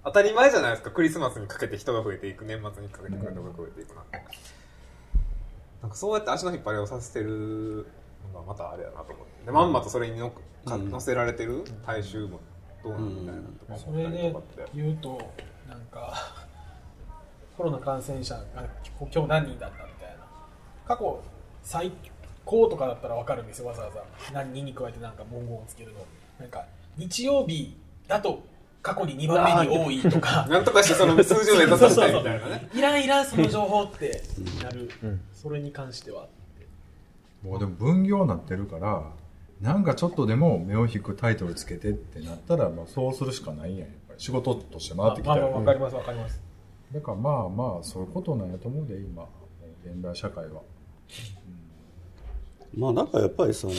Speaker 2: 当たり前じゃないですかクリスマスにかけて人が増えていく年末にかけて人が増えていくなんてなんかそうやって足の引っ張りをさせてるのがまたあれやなと思ってでまんまとそれにのっか乗せられてる大衆もどうなんみたいなとか
Speaker 4: そ
Speaker 2: 思
Speaker 4: れ
Speaker 2: ったり
Speaker 4: で
Speaker 2: とかって、
Speaker 4: 言うとなんか コロナ感染者が今日何人だったみたいな過去最高とかだったら分かるんですよわざわざ何人に加えてなんか文言をつけるのなんか日曜日だと過去に2番目に多いと か
Speaker 2: なんとかしてその数字を目指させたいみたいなね
Speaker 4: いらんいらんその情報ってなる、それに関しては
Speaker 6: もうでも分業になってるからなんかちょっとでも目を引くタイトルつけてってなったら、まあ、そうするしかないやんやっぱり仕事として回ってき
Speaker 4: ま
Speaker 6: た
Speaker 4: あ
Speaker 6: ら、
Speaker 4: まあ分かります分かります
Speaker 6: だからまあまあそういうことなんやと思うで今現代社会は
Speaker 9: まあなんかやっぱりその、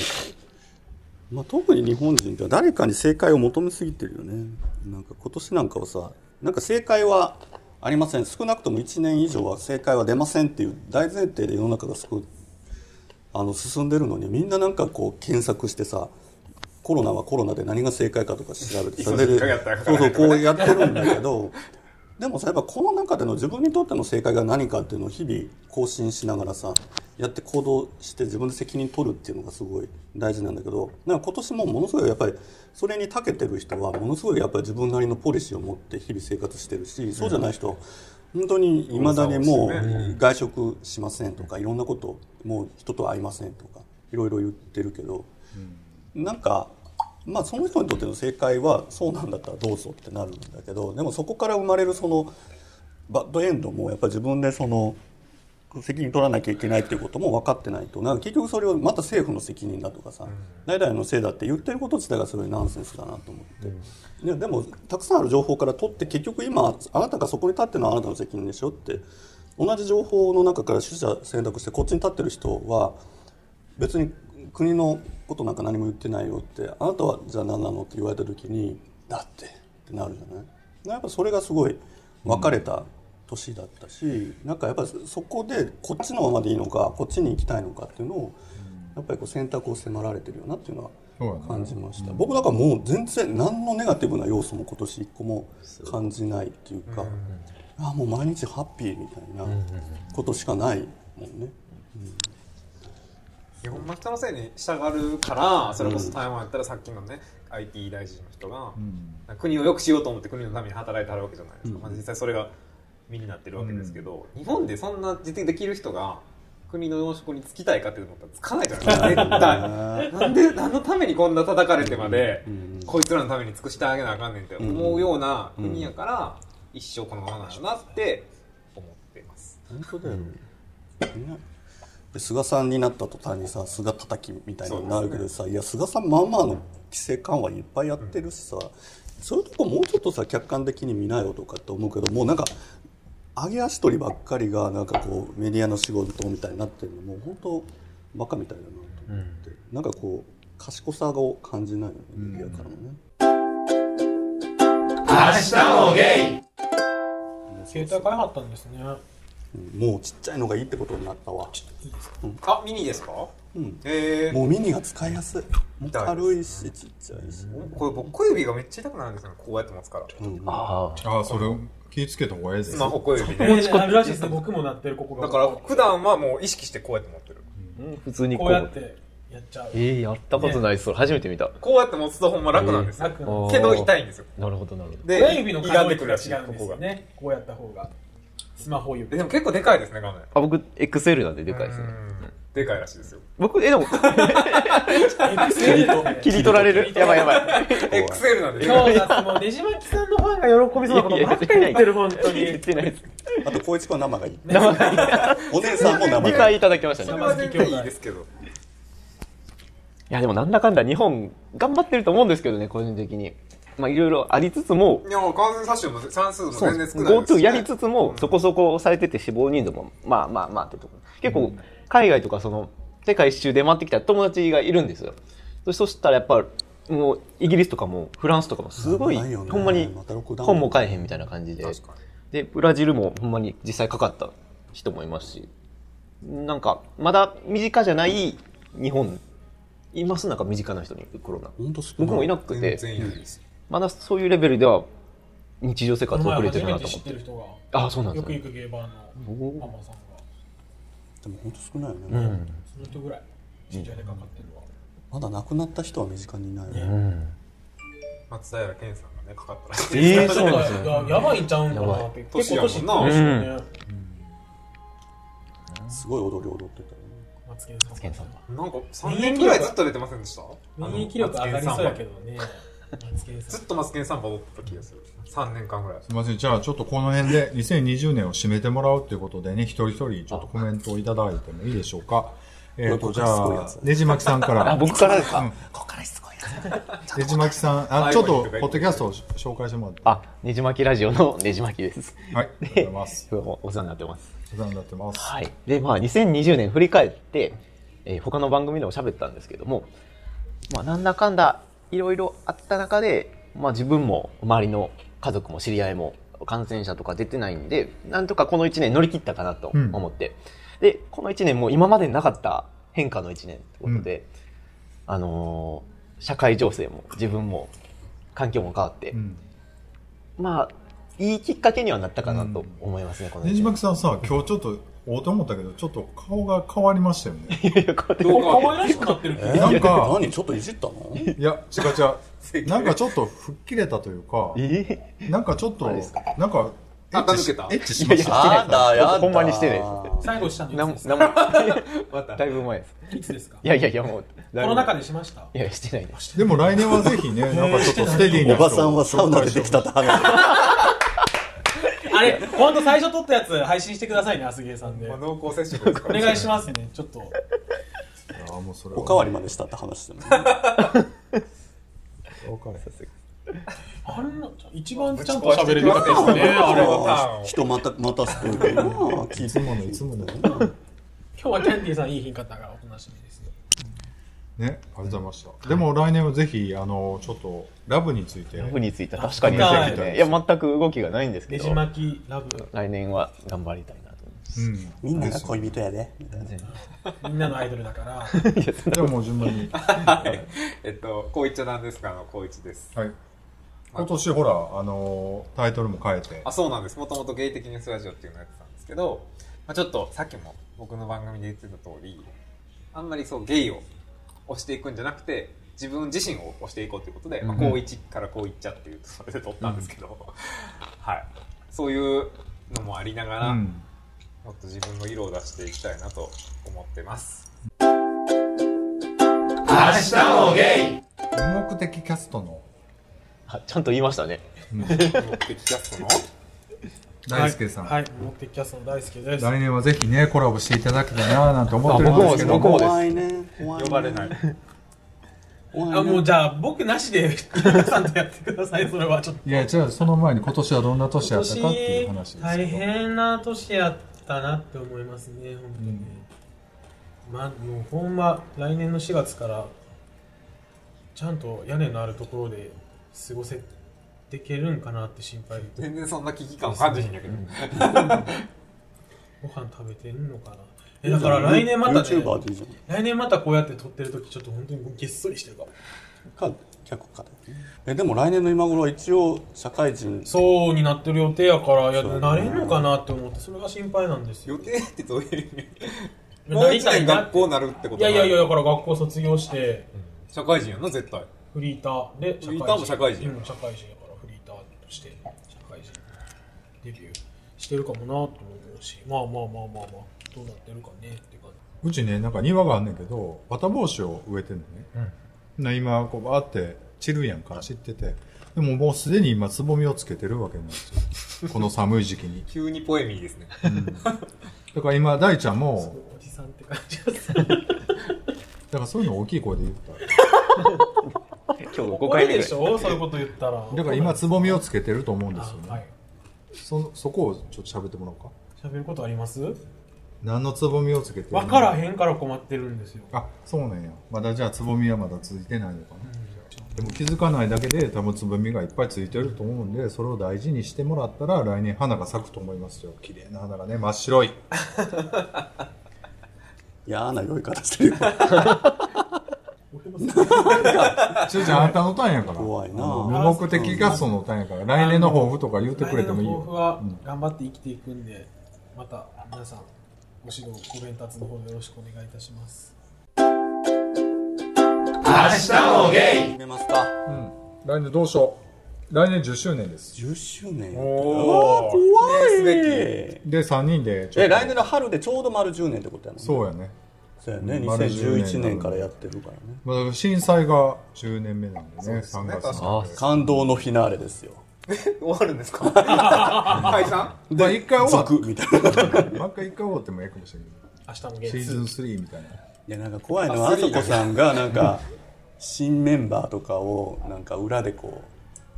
Speaker 9: まあ、特に日本人って誰かに正解を求めすぎてるよねなんか今年なんかはさなんか正解はありません少なくとも1年以上は正解は出ませんっていう大前提で世の中がすごいあの進んでるのにみんななんかこう検索してさコロナはコロナで何が正解かとか調べてそれ
Speaker 2: い
Speaker 9: で
Speaker 2: くつ引っかかったか
Speaker 9: そう
Speaker 2: わか
Speaker 9: そ
Speaker 2: ら
Speaker 9: うこうやってるんだけどでもさやっぱこの中での自分にとっての正解が何かっていうのを日々更新しながらさやって行動して自分で責任取るっていうのがすごい大事なんだけどなんか今年もものすごいやっぱりそれに長けてる人はものすごいやっぱり自分なりのポリシーを持って日々生活してるしそうじゃない人は本当にいまだにもう外食しませんとかいろんなこともう人と会いませんとかいろいろ言ってるけどなんかまあその人にとっての正解はそうなんだったらどうぞってなるんだけどでもそこから生まれるそのバッドエンドもやっぱり自分でその責任取らなきゃいけないっていうことも分かってないとなんか結局それをまた政府の責任だとかさ誰々のせいだって言ってること自体がすごいナンセンスだなと思って、ね、でもたくさんある情報から取って結局今あなたがそこに立ってるのはあなたの責任でしょって同じ情報の中から取捨選択してこっちに立ってる人は別に国のことなんか何も言ってないよってあなたはじゃあ何なのって言われた時にだってってなるじゃないやっぱそれがすごい分かれた年だったし、なんかやっぱりそこでこっちのままでいいのかこっちに行きたいのかっていうのをやっぱりこう選択を迫られてるよなっていうのは
Speaker 6: そうだね
Speaker 9: 感じました、僕なんかもう全然何のネガティブな要素も今年一個も感じないっていうか、ああもう毎日ハッピーみたいなことしかないもんね。
Speaker 2: 基本まあ人のせいに従うからそれこそ台湾やったらさっきのね IT 大臣の人が、国を良くしようと思って国のために働いてはるわけじゃないですか、まあ、実際それが身になってるわけですけど、日本でそんな実できる人が国の要職に就きたいかって思ったらつかないじゃない ですか絶対なんで何のためにこんな叩かれてまで、こいつらのために尽くしてあげなあかんねんって思うような国やから、一生このままなんだなって思ってます
Speaker 7: 本当だよね。
Speaker 9: で菅さんになった途端にさ菅叩きみたいになるけどさ、いや菅さんまあまあの規制緩和いっぱいやってるしさ、そういうとこもうちょっとさ客観的に見なよとかって思うけどもうなんか上げ足取りばっかりがなんかこうメディアの仕事みたいになってるのもう本当バカみたいだなと思って、なんかこう賢さを感じないよねメディアからもね。
Speaker 4: 携帯買いはったんですね。
Speaker 9: うんもうちっちゃいのがいいってことになったわ。
Speaker 2: あミニですか
Speaker 9: うん
Speaker 2: ええ
Speaker 9: もうミニが使いやすい。もう
Speaker 2: 痛い
Speaker 9: 軽いし、ちっちゃいし。
Speaker 2: これ僕小指がめっちゃ痛くなるんですよねこうやって持つから
Speaker 9: うん
Speaker 7: ああ。
Speaker 6: ああ、それ気ぃつけた方がええで
Speaker 2: スマホ小 指
Speaker 4: こ
Speaker 2: で
Speaker 4: っちこっちらしいです。僕もなってる、ここが。
Speaker 2: だから普段はもう意識してこうやって持ってる
Speaker 7: 普通に
Speaker 4: こ
Speaker 7: こ
Speaker 4: うやっ
Speaker 7: う。
Speaker 4: てやっちゃう。
Speaker 7: ええ、やったことないっす。それ初めて見た。
Speaker 2: こうやって持つとほんま楽なんですよ
Speaker 4: 楽な
Speaker 7: あー
Speaker 2: けど痛いんですよ
Speaker 7: なるほど、なるほど。
Speaker 2: で
Speaker 4: 親指の可
Speaker 2: 歪ん
Speaker 4: 動
Speaker 2: で
Speaker 4: 域
Speaker 2: く
Speaker 4: が違
Speaker 2: るらしい
Speaker 4: うんです
Speaker 2: ここ
Speaker 4: よ
Speaker 2: が
Speaker 4: ね。こうやった方が。スマホ指。
Speaker 2: でも結構でかいですね画面
Speaker 7: あ、僕、XL なんででかいですね
Speaker 2: う。んでかいらしいですよ
Speaker 7: 僕、え、でも、
Speaker 4: XL
Speaker 7: 切り取られる。やばいやばい。
Speaker 2: XL なんででか
Speaker 4: そ
Speaker 2: いう
Speaker 4: だ、もうねじまきさんのファンが喜びそうなことばっかり言ってる、本当に。
Speaker 7: 言ってないです。
Speaker 9: あと、光一くんは生がいい。お姉さんも生
Speaker 7: 2
Speaker 9: がいい。
Speaker 7: 回いただきましたね
Speaker 2: そ。れは全然いいですけど
Speaker 7: いや、でもなんだかんだ日本頑張ってると思うんですけどね、個人的に。まあ、いろいろありつつも、
Speaker 2: いやもう感染者数も算数も
Speaker 7: そう
Speaker 2: 全然少ないです
Speaker 7: GoTo やりつつも、
Speaker 2: うん
Speaker 7: そこそこ抑えてて死亡人数も、まあまあまあってとこ。結構、海外とかその、世界一周出回ってきた友達がいるんですよ。そそしたらやっぱ、もう、イギリスとかも、フランスとかもすごい、
Speaker 9: ないよね
Speaker 7: ほんまに
Speaker 9: またロックダウン
Speaker 7: 本も買えへんみたいな感じで。
Speaker 2: 確かに
Speaker 7: で、ブラジルもほんまに実際かかった人もいますし、なんか、まだ身近じゃない日本、いますなんか身近な人に、コロナ。
Speaker 9: ほんと少
Speaker 7: 僕もい
Speaker 9: ない。
Speaker 7: なくて
Speaker 2: 全、然いないです
Speaker 7: まだそういうレベルでは日常生
Speaker 4: お
Speaker 7: 活
Speaker 4: 前
Speaker 7: 遅れ
Speaker 4: 初
Speaker 7: てる
Speaker 4: め
Speaker 7: な
Speaker 4: て
Speaker 7: と
Speaker 4: 知
Speaker 7: 思っ
Speaker 4: って
Speaker 7: て。
Speaker 4: る人が。
Speaker 7: あ、そうなんで
Speaker 4: よ
Speaker 7: す
Speaker 4: く行
Speaker 7: ね。
Speaker 4: くゲーバーのママさんが。
Speaker 9: でもほんと少ないよね。
Speaker 7: うん。
Speaker 4: その人ぐらい。ちっちゃいでかかってるわ。
Speaker 9: まだ亡くなった人は身近にいないよね。
Speaker 7: うん。
Speaker 2: 松平健さんがねかかったらしい
Speaker 7: ええ、そうなんですね。
Speaker 4: やばいんちゃうんか
Speaker 7: やば
Speaker 4: ないって。結
Speaker 2: 年
Speaker 4: 構
Speaker 2: やもんな
Speaker 4: 年いってますよね。
Speaker 9: すごい踊り踊ってたよね。
Speaker 4: マツケンさん。
Speaker 7: 健さんが
Speaker 2: なんか3年ぐらいずっと出てませんでした
Speaker 4: 免疫力上がりそうやけ
Speaker 2: ど
Speaker 4: どね。マツケンさん
Speaker 2: ず。っとマツケンサンバ踊ってた気がする3年間ぐらい
Speaker 6: すみません。じゃあ、ちょっとこの辺で2020年を締めてもらうということでね、一人一人ちょっとコメントをいただいてもいいでしょうか。えっ、と、じゃ
Speaker 9: すごいや
Speaker 6: あ
Speaker 9: つ、
Speaker 6: ねじまきさんから。
Speaker 7: あ、僕からですか
Speaker 6: うん
Speaker 9: こっからしつこいな。
Speaker 6: ねじまきさん、あ、ち
Speaker 2: 最
Speaker 6: ょっ
Speaker 2: 後
Speaker 6: と
Speaker 2: に、
Speaker 6: ポッドキャストを紹介してもらって。
Speaker 7: あ、ねじまきラジオのねじまきです。
Speaker 6: はい、ありがとうございます。
Speaker 7: どう もお世話になってます。
Speaker 6: お世話になってます。
Speaker 7: はい。で、まあ、2020年振り返って、えー他の番組でも喋ったんですけども、まあ、なんだかんだ、いろいろあった中で、まあ、自分も、周りの家族も知り合いも、感染者とか出てないんで、なんとかこの1年乗り切ったかなと
Speaker 6: うん
Speaker 7: 思って。で、この1年も今までになかった変化の1年ということで、あのー社会情勢も自分も環境も変わって、
Speaker 6: うん。
Speaker 7: まあ、いいきっかけにはなったかなと思いますね、この
Speaker 6: ね
Speaker 7: 一
Speaker 6: じま
Speaker 7: 年。
Speaker 6: きさんさ、今日ちょっと、おうと思ったけど、ちょっと顔が変わりましたよね。
Speaker 7: いやいやこうやって
Speaker 2: どう
Speaker 4: 可
Speaker 2: か
Speaker 4: 愛らしくなってる。
Speaker 9: え
Speaker 6: な
Speaker 9: なんん
Speaker 6: か
Speaker 9: か、何ちょっといじったの
Speaker 6: いや、違う違う。なんかちょっと吹っ切れたというか、
Speaker 7: えー
Speaker 6: なんかちょっと
Speaker 7: あれです、
Speaker 6: なんか、エッチし
Speaker 2: 垢抜けた
Speaker 6: エッチしました。
Speaker 9: やだやだ。
Speaker 7: ほんまにしてね
Speaker 4: 最後したの
Speaker 7: ないん
Speaker 4: つです
Speaker 7: な
Speaker 4: か
Speaker 7: んも
Speaker 2: また
Speaker 7: だいぶ前です。
Speaker 4: いつですか
Speaker 7: いやいやいや、もう。だい
Speaker 4: この
Speaker 7: ぶ
Speaker 4: 中でしました
Speaker 7: いや、してないです。
Speaker 6: でも来年はぜひね、なんかちょっとステディーな人
Speaker 9: おばさんはサウナでできたって話。
Speaker 4: あれ、ほんと最初撮ったやつ配信してくださいね、アスゲーさんで。
Speaker 2: まあ
Speaker 4: お
Speaker 2: 濃厚接触ですから
Speaker 4: 願いしますね、ちょっと。
Speaker 6: あーもうそれは
Speaker 9: おかわりまでしたって話してる。
Speaker 6: おかわり
Speaker 4: あんな、一番ちゃんと喋れる方ですね、あれは。
Speaker 9: あー人また、またしてるけどな。聞い
Speaker 6: いつものいつもの。
Speaker 4: 今日はキャンディーさんいい品方がおとなしみですよ。
Speaker 6: ね、ありがとうございました。でも来年はぜひ、あの、ちょっと、ラブについて。
Speaker 7: ラブについては確かに
Speaker 4: あ
Speaker 7: です
Speaker 6: はい
Speaker 7: ね。いや、全く動きがないんですけ
Speaker 4: ね
Speaker 7: ど
Speaker 4: じ、巻きラブ、
Speaker 7: 来年は頑張りたいなと思います。
Speaker 6: うん。
Speaker 9: みんなが恋人やで。
Speaker 4: みんなのアイドルだから。
Speaker 6: じゃあもう順番に。
Speaker 2: えっと高一は何ですかあの高一です
Speaker 6: はい。今年ほら、あのータイトルも変えて
Speaker 2: あ、そうなんですもともと「ゲイ的ニュースラジオ」っていうのをやってたんですけど、まあ、ちょっとさっきも僕の番組で言ってた通りあんまりそうゲイを押していくんじゃなくて自分自身を押していこうということで、まあ、
Speaker 6: うん
Speaker 2: 高1から高1ちゃっていうそれで撮ったんですけど、はいそういうのもありながら、
Speaker 6: うん。
Speaker 2: もっと自分の色を出していきたいなと思ってます。
Speaker 6: 無目的キャストの
Speaker 7: あちゃんと言いましたね。
Speaker 2: 目的キャストの
Speaker 6: 大輔さん、
Speaker 4: はい、持ってきやすの大好きです。
Speaker 6: 来年はぜひねコラボしていただきたいななんて思ってるんですけど
Speaker 7: 僕もです
Speaker 9: 怖いね怖いね
Speaker 2: 呼ばれない。
Speaker 9: 怖いね
Speaker 4: あ、もうじゃあ、僕なしで、皆さんとやってください、それはちょっと。
Speaker 6: いやじゃあその前に今年はどんな年やったかっていう
Speaker 4: 今
Speaker 6: 話
Speaker 4: 年
Speaker 6: ですけ
Speaker 4: 大
Speaker 6: ど
Speaker 4: 変な年やったなって思いますね、本当に。まあ、もうほんま、来年の4月から、ちゃんと屋根のあるところで過ごせていけるんかなって心配。
Speaker 2: 全然そんな危機感を感じひんやけど。
Speaker 4: ご飯食べてんのかなえ、だから来年また、ね、
Speaker 9: YouTuber でいいじ
Speaker 4: 来年またこうやって撮ってる時ちょっと本当に僕げっそりしてるから。
Speaker 9: ゃんか客かだよねえでも来年の今頃は一応社会人
Speaker 4: そうになってる予定やから、いや、なれんのかなって思って、それが心配なんですよ。
Speaker 2: 予定ってどういう意味も
Speaker 4: な
Speaker 2: う
Speaker 4: り
Speaker 2: 一
Speaker 4: たい
Speaker 2: 年
Speaker 4: な
Speaker 2: 学校なるってこと
Speaker 4: いやいやいや、
Speaker 2: や。
Speaker 4: だから学校卒業して、
Speaker 2: 社会人やんな、絶対。
Speaker 4: フリーターで、
Speaker 2: フリーターも社会人
Speaker 4: うん、社会人やから、フリーターとして、社会人デビューしてるかもなと思うし、まあまあまあまあまあ、どうなってるかねって感じ。
Speaker 6: うちねなんか庭があんねんけど綿帽子を植えてんのね、な今こうバーって散るやんか散っててでももうすでに今つぼみをつけてるわけなんです よこの寒い時期に
Speaker 2: 急にポエミーですね。
Speaker 6: だから今大ちゃんも
Speaker 4: おじさんって感じがする。
Speaker 6: だからそういうの大きい声で言ったら
Speaker 7: 今日5
Speaker 4: 怒
Speaker 7: 回
Speaker 4: る
Speaker 7: 目
Speaker 4: でし。
Speaker 7: ぐらい
Speaker 4: ょそういうこと言ったら。
Speaker 6: だから今つぼみをつけてると思うんですよね、
Speaker 4: あはい。
Speaker 6: そのそこをちょっと喋ってもらおうか
Speaker 4: 喋ることあります
Speaker 6: 何のつぼみをつけてるの
Speaker 4: わからへんから困ってるんですよ。
Speaker 6: あそうなんやまだじゃあつぼみはまだ続いてないのかな、でも気づかないだけで多分つぼみがいっぱいついてると思うんでそれを大事にしてもらったら来年花が咲くと思いますよ綺麗な花がね真っ白い
Speaker 9: 嫌な酔い方してるよ
Speaker 6: ちゅうちゃんあんたのターンやから
Speaker 9: 怖いな
Speaker 6: あの無目的合奏のターンやから来年の抱負とか言ってくれてもいい
Speaker 4: 来年の抱負
Speaker 6: よ
Speaker 4: は頑張って生きていくんで、また皆さんご指導ご鞭達の方よろしくお願いいたします
Speaker 9: 決めますか
Speaker 6: うん来年どうしよう来年10周年です
Speaker 9: 10周年やって
Speaker 2: おー。
Speaker 9: 怖いべき
Speaker 6: で3人でちょっ
Speaker 9: え
Speaker 6: と
Speaker 9: 来年の春でちょうど丸10年ってことやもんね
Speaker 6: そうやね
Speaker 9: そうやね
Speaker 6: うん丸10
Speaker 9: 2011年からやってるからね
Speaker 6: まあだから震災が10年目なんでね
Speaker 2: ですね
Speaker 6: 3月
Speaker 2: 確
Speaker 6: の
Speaker 2: か
Speaker 9: 感動のフィナーレですよ
Speaker 2: 終わるんですか解散
Speaker 6: まあ一回終わっ
Speaker 9: 続みたいない
Speaker 6: もう一回一回終わってもええかもしれない
Speaker 4: 明日も
Speaker 6: シ
Speaker 4: 月
Speaker 6: ーズン3みたいな
Speaker 9: やなんか怖いのはあそこさんがなんか新メンバーとかをなんか裏でこ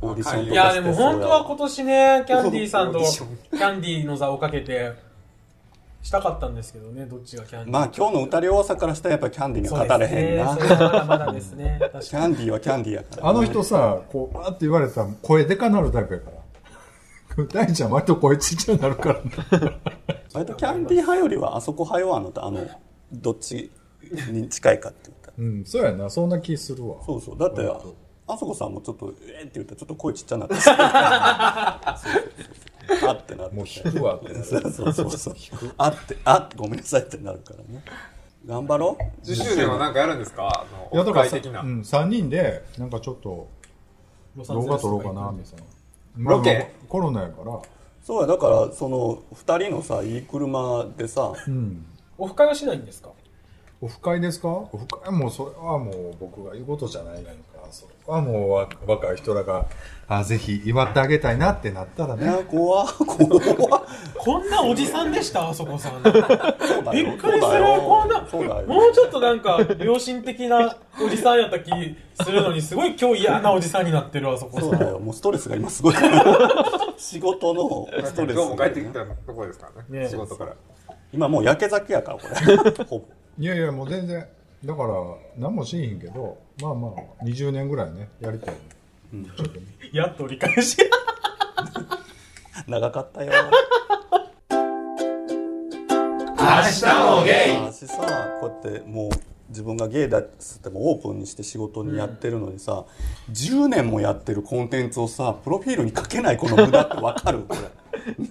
Speaker 9: うオーディション
Speaker 4: い
Speaker 9: とか
Speaker 4: や
Speaker 9: して
Speaker 4: で
Speaker 9: い
Speaker 4: も本当は今年ねキャンディーさん
Speaker 2: オ
Speaker 4: と
Speaker 2: ー
Speaker 4: キ
Speaker 2: デ ィショ
Speaker 4: ャンディーの座をかけてしたかったんですけどねどっちがキャンディー
Speaker 9: まあ今日の歌両さからしたらやっぱキャンディーには語れへんな、
Speaker 4: そうですねそれはまだまだですね確
Speaker 9: キ
Speaker 4: か
Speaker 9: ャンディーはキャンディーやから、
Speaker 6: あの人さ、こう、わーって言われたら声でかなるタイプやから。 大ちゃん割と声ちっちゃになるから ね。
Speaker 9: 割とキャンディー派よりはあそこ派よあのとあのどっちに近いかって言ったら
Speaker 6: うん、そうやな、そんな気するわ。
Speaker 9: そうそうだって
Speaker 6: 割と
Speaker 9: あそこさんもちょっとえー、って言ったらちょっと声ちっちゃなってそうそうそうそうあってなって
Speaker 6: もう引 くわってなる。
Speaker 9: そうそうそうそうあってあごめんなさいってなるからね頑張ろう
Speaker 2: ?10 周年はなんかやるんですかあ
Speaker 6: いや、
Speaker 2: の、国
Speaker 6: だから
Speaker 2: 会
Speaker 6: さ、う
Speaker 2: 的な。
Speaker 6: ん、3人で、なんかちょっと、
Speaker 4: に
Speaker 6: 動画撮ろうかな、みたいな。まあ
Speaker 2: ロケ
Speaker 6: まあコロナやから。
Speaker 9: そうやだからその2人のさいい車でさ
Speaker 6: うん。
Speaker 4: オフ会はしないんですか
Speaker 6: オフ会ですかオフ会もうそれはもう僕が言うことじゃないやんか。それはもう若若い人らが、あ、ぜひ祝ってあげたいなってなったら
Speaker 9: い
Speaker 6: ね。
Speaker 9: や怖怖
Speaker 4: こんなおじさんでしたあそこさん
Speaker 9: そうだ
Speaker 4: び
Speaker 9: よ
Speaker 4: っくりする
Speaker 9: そうだよ
Speaker 4: こんな
Speaker 9: そうだよ
Speaker 4: もうちょっとなんか良心的なおじさんやった気するのにすごい今日嫌なおじさんになってるあそこさ
Speaker 9: そ
Speaker 4: ん
Speaker 9: うだよもうストレスが 今すごい仕事のスト
Speaker 2: 今
Speaker 9: レ
Speaker 2: 日
Speaker 9: ス
Speaker 2: も帰
Speaker 9: が
Speaker 2: ってきたとこですからね。
Speaker 4: ね
Speaker 2: 仕事から。
Speaker 9: 今もう焼け酒やからこ れほぼ
Speaker 6: いやいや、もう全然。だから、何もしへんけど、まあまあ、20年ぐらいね、やりたいね。
Speaker 4: やっと折り返し
Speaker 9: 長かっ たよ明日もゲイ私さこうやってもう自分がゲイだっつってもオープンにして仕事にやってるのにさ、10年もやってるコンテンツをさプロフィールに書けないこの無駄ってわかる これ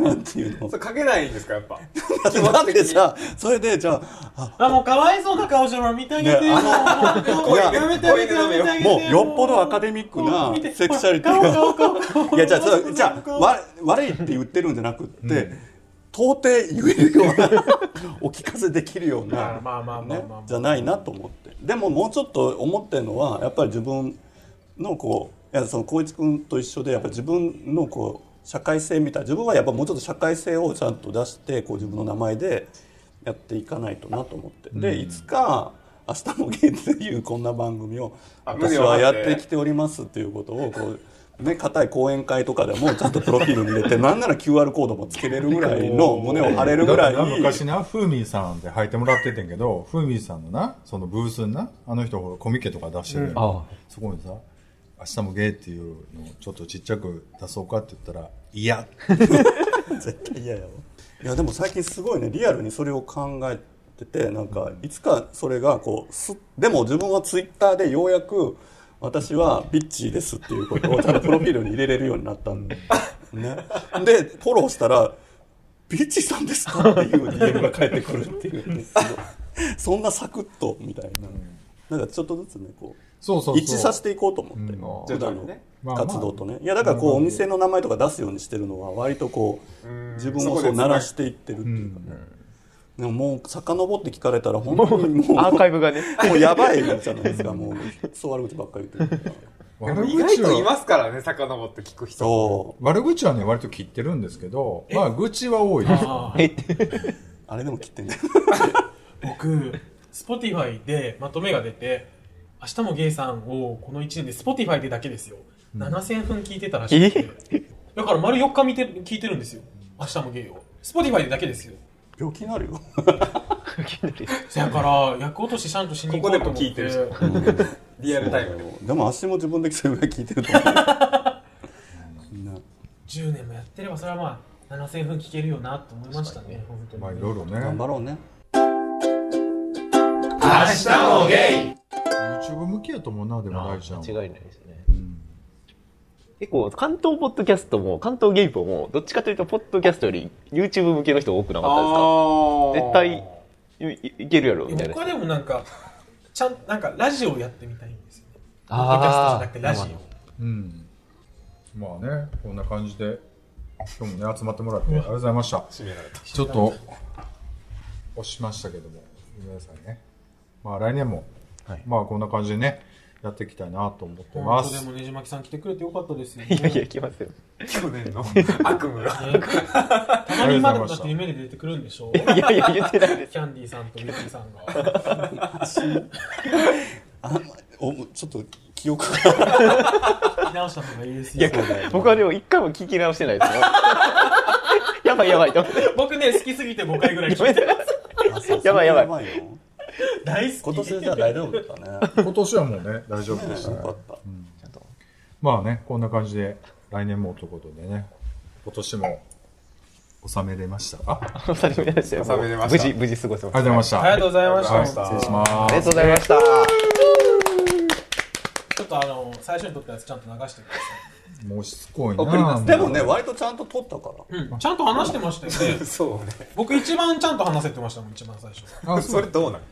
Speaker 9: なんていうの
Speaker 2: それ書けないんですか、やっぱ。
Speaker 9: だってさそれでじゃあ
Speaker 4: あ、もうかわいそうな顔してるの見てあげて
Speaker 9: ね
Speaker 4: よ。もう
Speaker 9: いや
Speaker 4: やめてあげてよ、やめてあ
Speaker 9: あ
Speaker 4: げて
Speaker 9: もうよっぽどアカデミックな
Speaker 4: 見て
Speaker 9: セクシャリティ
Speaker 4: 顔顔
Speaker 9: が
Speaker 4: 顔顔
Speaker 9: いやじゃあそれ
Speaker 4: 顔
Speaker 9: じゃあわ悪いって言ってるんじゃなくって、到底言えるような お聞かせできるよう
Speaker 4: まあ
Speaker 9: な、
Speaker 4: まあまあまあ
Speaker 9: ね
Speaker 4: まあ、
Speaker 9: じゃないなと思ってでももうちょっと思ってるのはやっぱり自分のこういやその光一君と一緒でやっぱり自分のこう社会性みたいな自分はやっぱもうちょっと社会性をちゃんと出してこう自分の名前でやっていかないとなと思って、でいつか「明日もゲイというこんな番組を
Speaker 2: あ
Speaker 9: 私はやってきておりますっていうことをこうね固い講演会とかでもちゃんとプロフィールに入れてなんなら QR コードもつけれるぐらいの胸を張れるぐらい
Speaker 6: だからな昔な、フーミーさんで履いてもらっててんけど、フーミーさんのな、そのブースにな、あの人ほらコミケとか出してるやん、
Speaker 7: あ
Speaker 6: そこにさ、明日もゲイっていうのをちょっとちっちゃく出そうかって言ったら、いや、
Speaker 9: 絶対嫌やわいやでも最近すごいねリアルにそれを考えててなんかいつかそれがこうすでも自分はツイッターでようやく私はビッチーですっていうことをちゃんとプロフィールに入れれるようになった んで、ね、でフォローしたら「ビッチーさんですか?」っていう DM が返ってくるっていうねすごいそんなサクッとみたいななんかちょっとずつねこ
Speaker 6: そうそうそう
Speaker 9: う。一致させていこうと思って、
Speaker 6: うん
Speaker 2: 徐
Speaker 9: 普
Speaker 2: 々
Speaker 9: 段の
Speaker 2: にね
Speaker 6: まあまあ
Speaker 9: 活動とね、いやだからこうお店の名前とか出すようにしてるのは割とこう自分
Speaker 2: そ
Speaker 9: を
Speaker 2: こ
Speaker 9: そ
Speaker 2: で
Speaker 9: う
Speaker 2: つ
Speaker 9: 鳴
Speaker 2: な
Speaker 9: らしていってるっていうかね、でももう遡って聞かれたら本当に もう
Speaker 7: アーカイブがね。
Speaker 9: もうやばいじゃないですかもうそう悪口ばっかり言ってるから
Speaker 2: で
Speaker 6: 悪
Speaker 2: も意外
Speaker 6: 口
Speaker 2: とい
Speaker 6: は、
Speaker 2: ますからね、遡って聞く人。
Speaker 9: そ
Speaker 6: 悪口はね、割と切ってるんですけど、まあ、愚痴は多いです。
Speaker 9: うあれでも切ってんだよ
Speaker 4: 僕、Spotify でまとめが出て、明日もゲイさんをこの1年で Spotify でだけですよ。7000分聞いてたらしい。だから丸4日見て聞いてるんですよ。明日もゲイを。Spotify でだけですよ。
Speaker 9: 病気になる よ
Speaker 4: だから、役落としちゃんとしに行こうと思って。
Speaker 2: ここでも聞いてるしリアルタイムで。
Speaker 9: でも足も自分でそれぐらい聞いてると思うね
Speaker 4: 10年もやってれば、それはまあ、7000分聞けるよなと思いましたね。本当に。
Speaker 6: まあ、いろいろね。
Speaker 9: 頑張ろうね
Speaker 6: YouTube 向きやと思うな、でも大ちゃんは。
Speaker 7: 間違いないですね。結構、関東ポッドキャストも、関東ゲイポも、どっちかというと、ポッドキャストより YouTube 向けの人多くなかったですか絶対いいいけるやろ、みたいな
Speaker 4: 僕。はでもなんか、ちゃん、なんかラジオやってみたいんですよね。ポッドキャストじゃ
Speaker 7: あ
Speaker 4: なくてラジオ。
Speaker 6: うん。まあね、こんな感じで、今日もね、集まってもらって、ありがとうございました。ちょっと、押しましたけども、ごめんなさいね。まあ来年も、
Speaker 7: はい
Speaker 6: まあこんな感じでね、やっていきたいなと思ってま
Speaker 4: 本当ですも。ねじまきさん来てくれてよかったですよ、ね。
Speaker 7: いやいや、来ますよ。
Speaker 2: 去年の悪夢が。
Speaker 4: たまに今でもだって夢で出てくるんで しょ
Speaker 7: いやいや、言ってないです。
Speaker 4: キャンディーさんとミッキーさんが。
Speaker 9: あおちょっと記憶が
Speaker 4: 聞き直した方がいいです
Speaker 7: いや
Speaker 4: よ。、
Speaker 7: 僕はでも一回も聞き直してない ですよ。やばいやばいと思って。
Speaker 4: 僕ね、好きすぎて5回ぐらい聞いてます。
Speaker 9: あそう
Speaker 7: やばいやばい
Speaker 9: それよ
Speaker 4: 大好
Speaker 9: 今
Speaker 4: き。
Speaker 9: 年じゃあ大丈夫だね
Speaker 6: 今年はもうね、大丈夫でした
Speaker 9: よ
Speaker 6: ね。
Speaker 9: かった
Speaker 6: まあね、こんな感じで、来年もということでね、今年も収めれましたか。あ
Speaker 7: おされましたよ。
Speaker 2: 収めれま
Speaker 7: 無
Speaker 2: した
Speaker 7: 事、無事過ごせま
Speaker 6: あ
Speaker 7: し
Speaker 6: りがとうございました。
Speaker 4: ありがとうございました。
Speaker 6: はい失礼します
Speaker 7: た。ありがとうございました。
Speaker 4: ちょっとあの、最初に撮ったやつちゃんと流してくださ
Speaker 6: もうしつこい
Speaker 9: 送り出
Speaker 6: な
Speaker 9: すでもね割とちゃんと撮ったから
Speaker 4: い。うん、ちゃんと話してましたよ ね。
Speaker 2: そうね。
Speaker 4: 僕一番ちゃんと話せてましたもん、一番最初。
Speaker 6: あ
Speaker 2: そ
Speaker 6: そ
Speaker 2: れ
Speaker 6: れ
Speaker 2: どうなの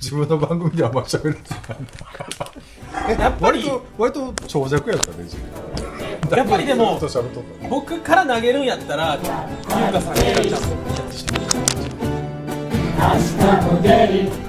Speaker 6: 自分の番組ではあんま喋るってない
Speaker 4: やっぱり、
Speaker 6: 割と長尺やったね自分
Speaker 4: やっぱりでも
Speaker 6: ずっ、と喋っとった
Speaker 4: 僕から投げるんやったら、優香さんがちゃんとキャッチして
Speaker 11: 明日もゲイ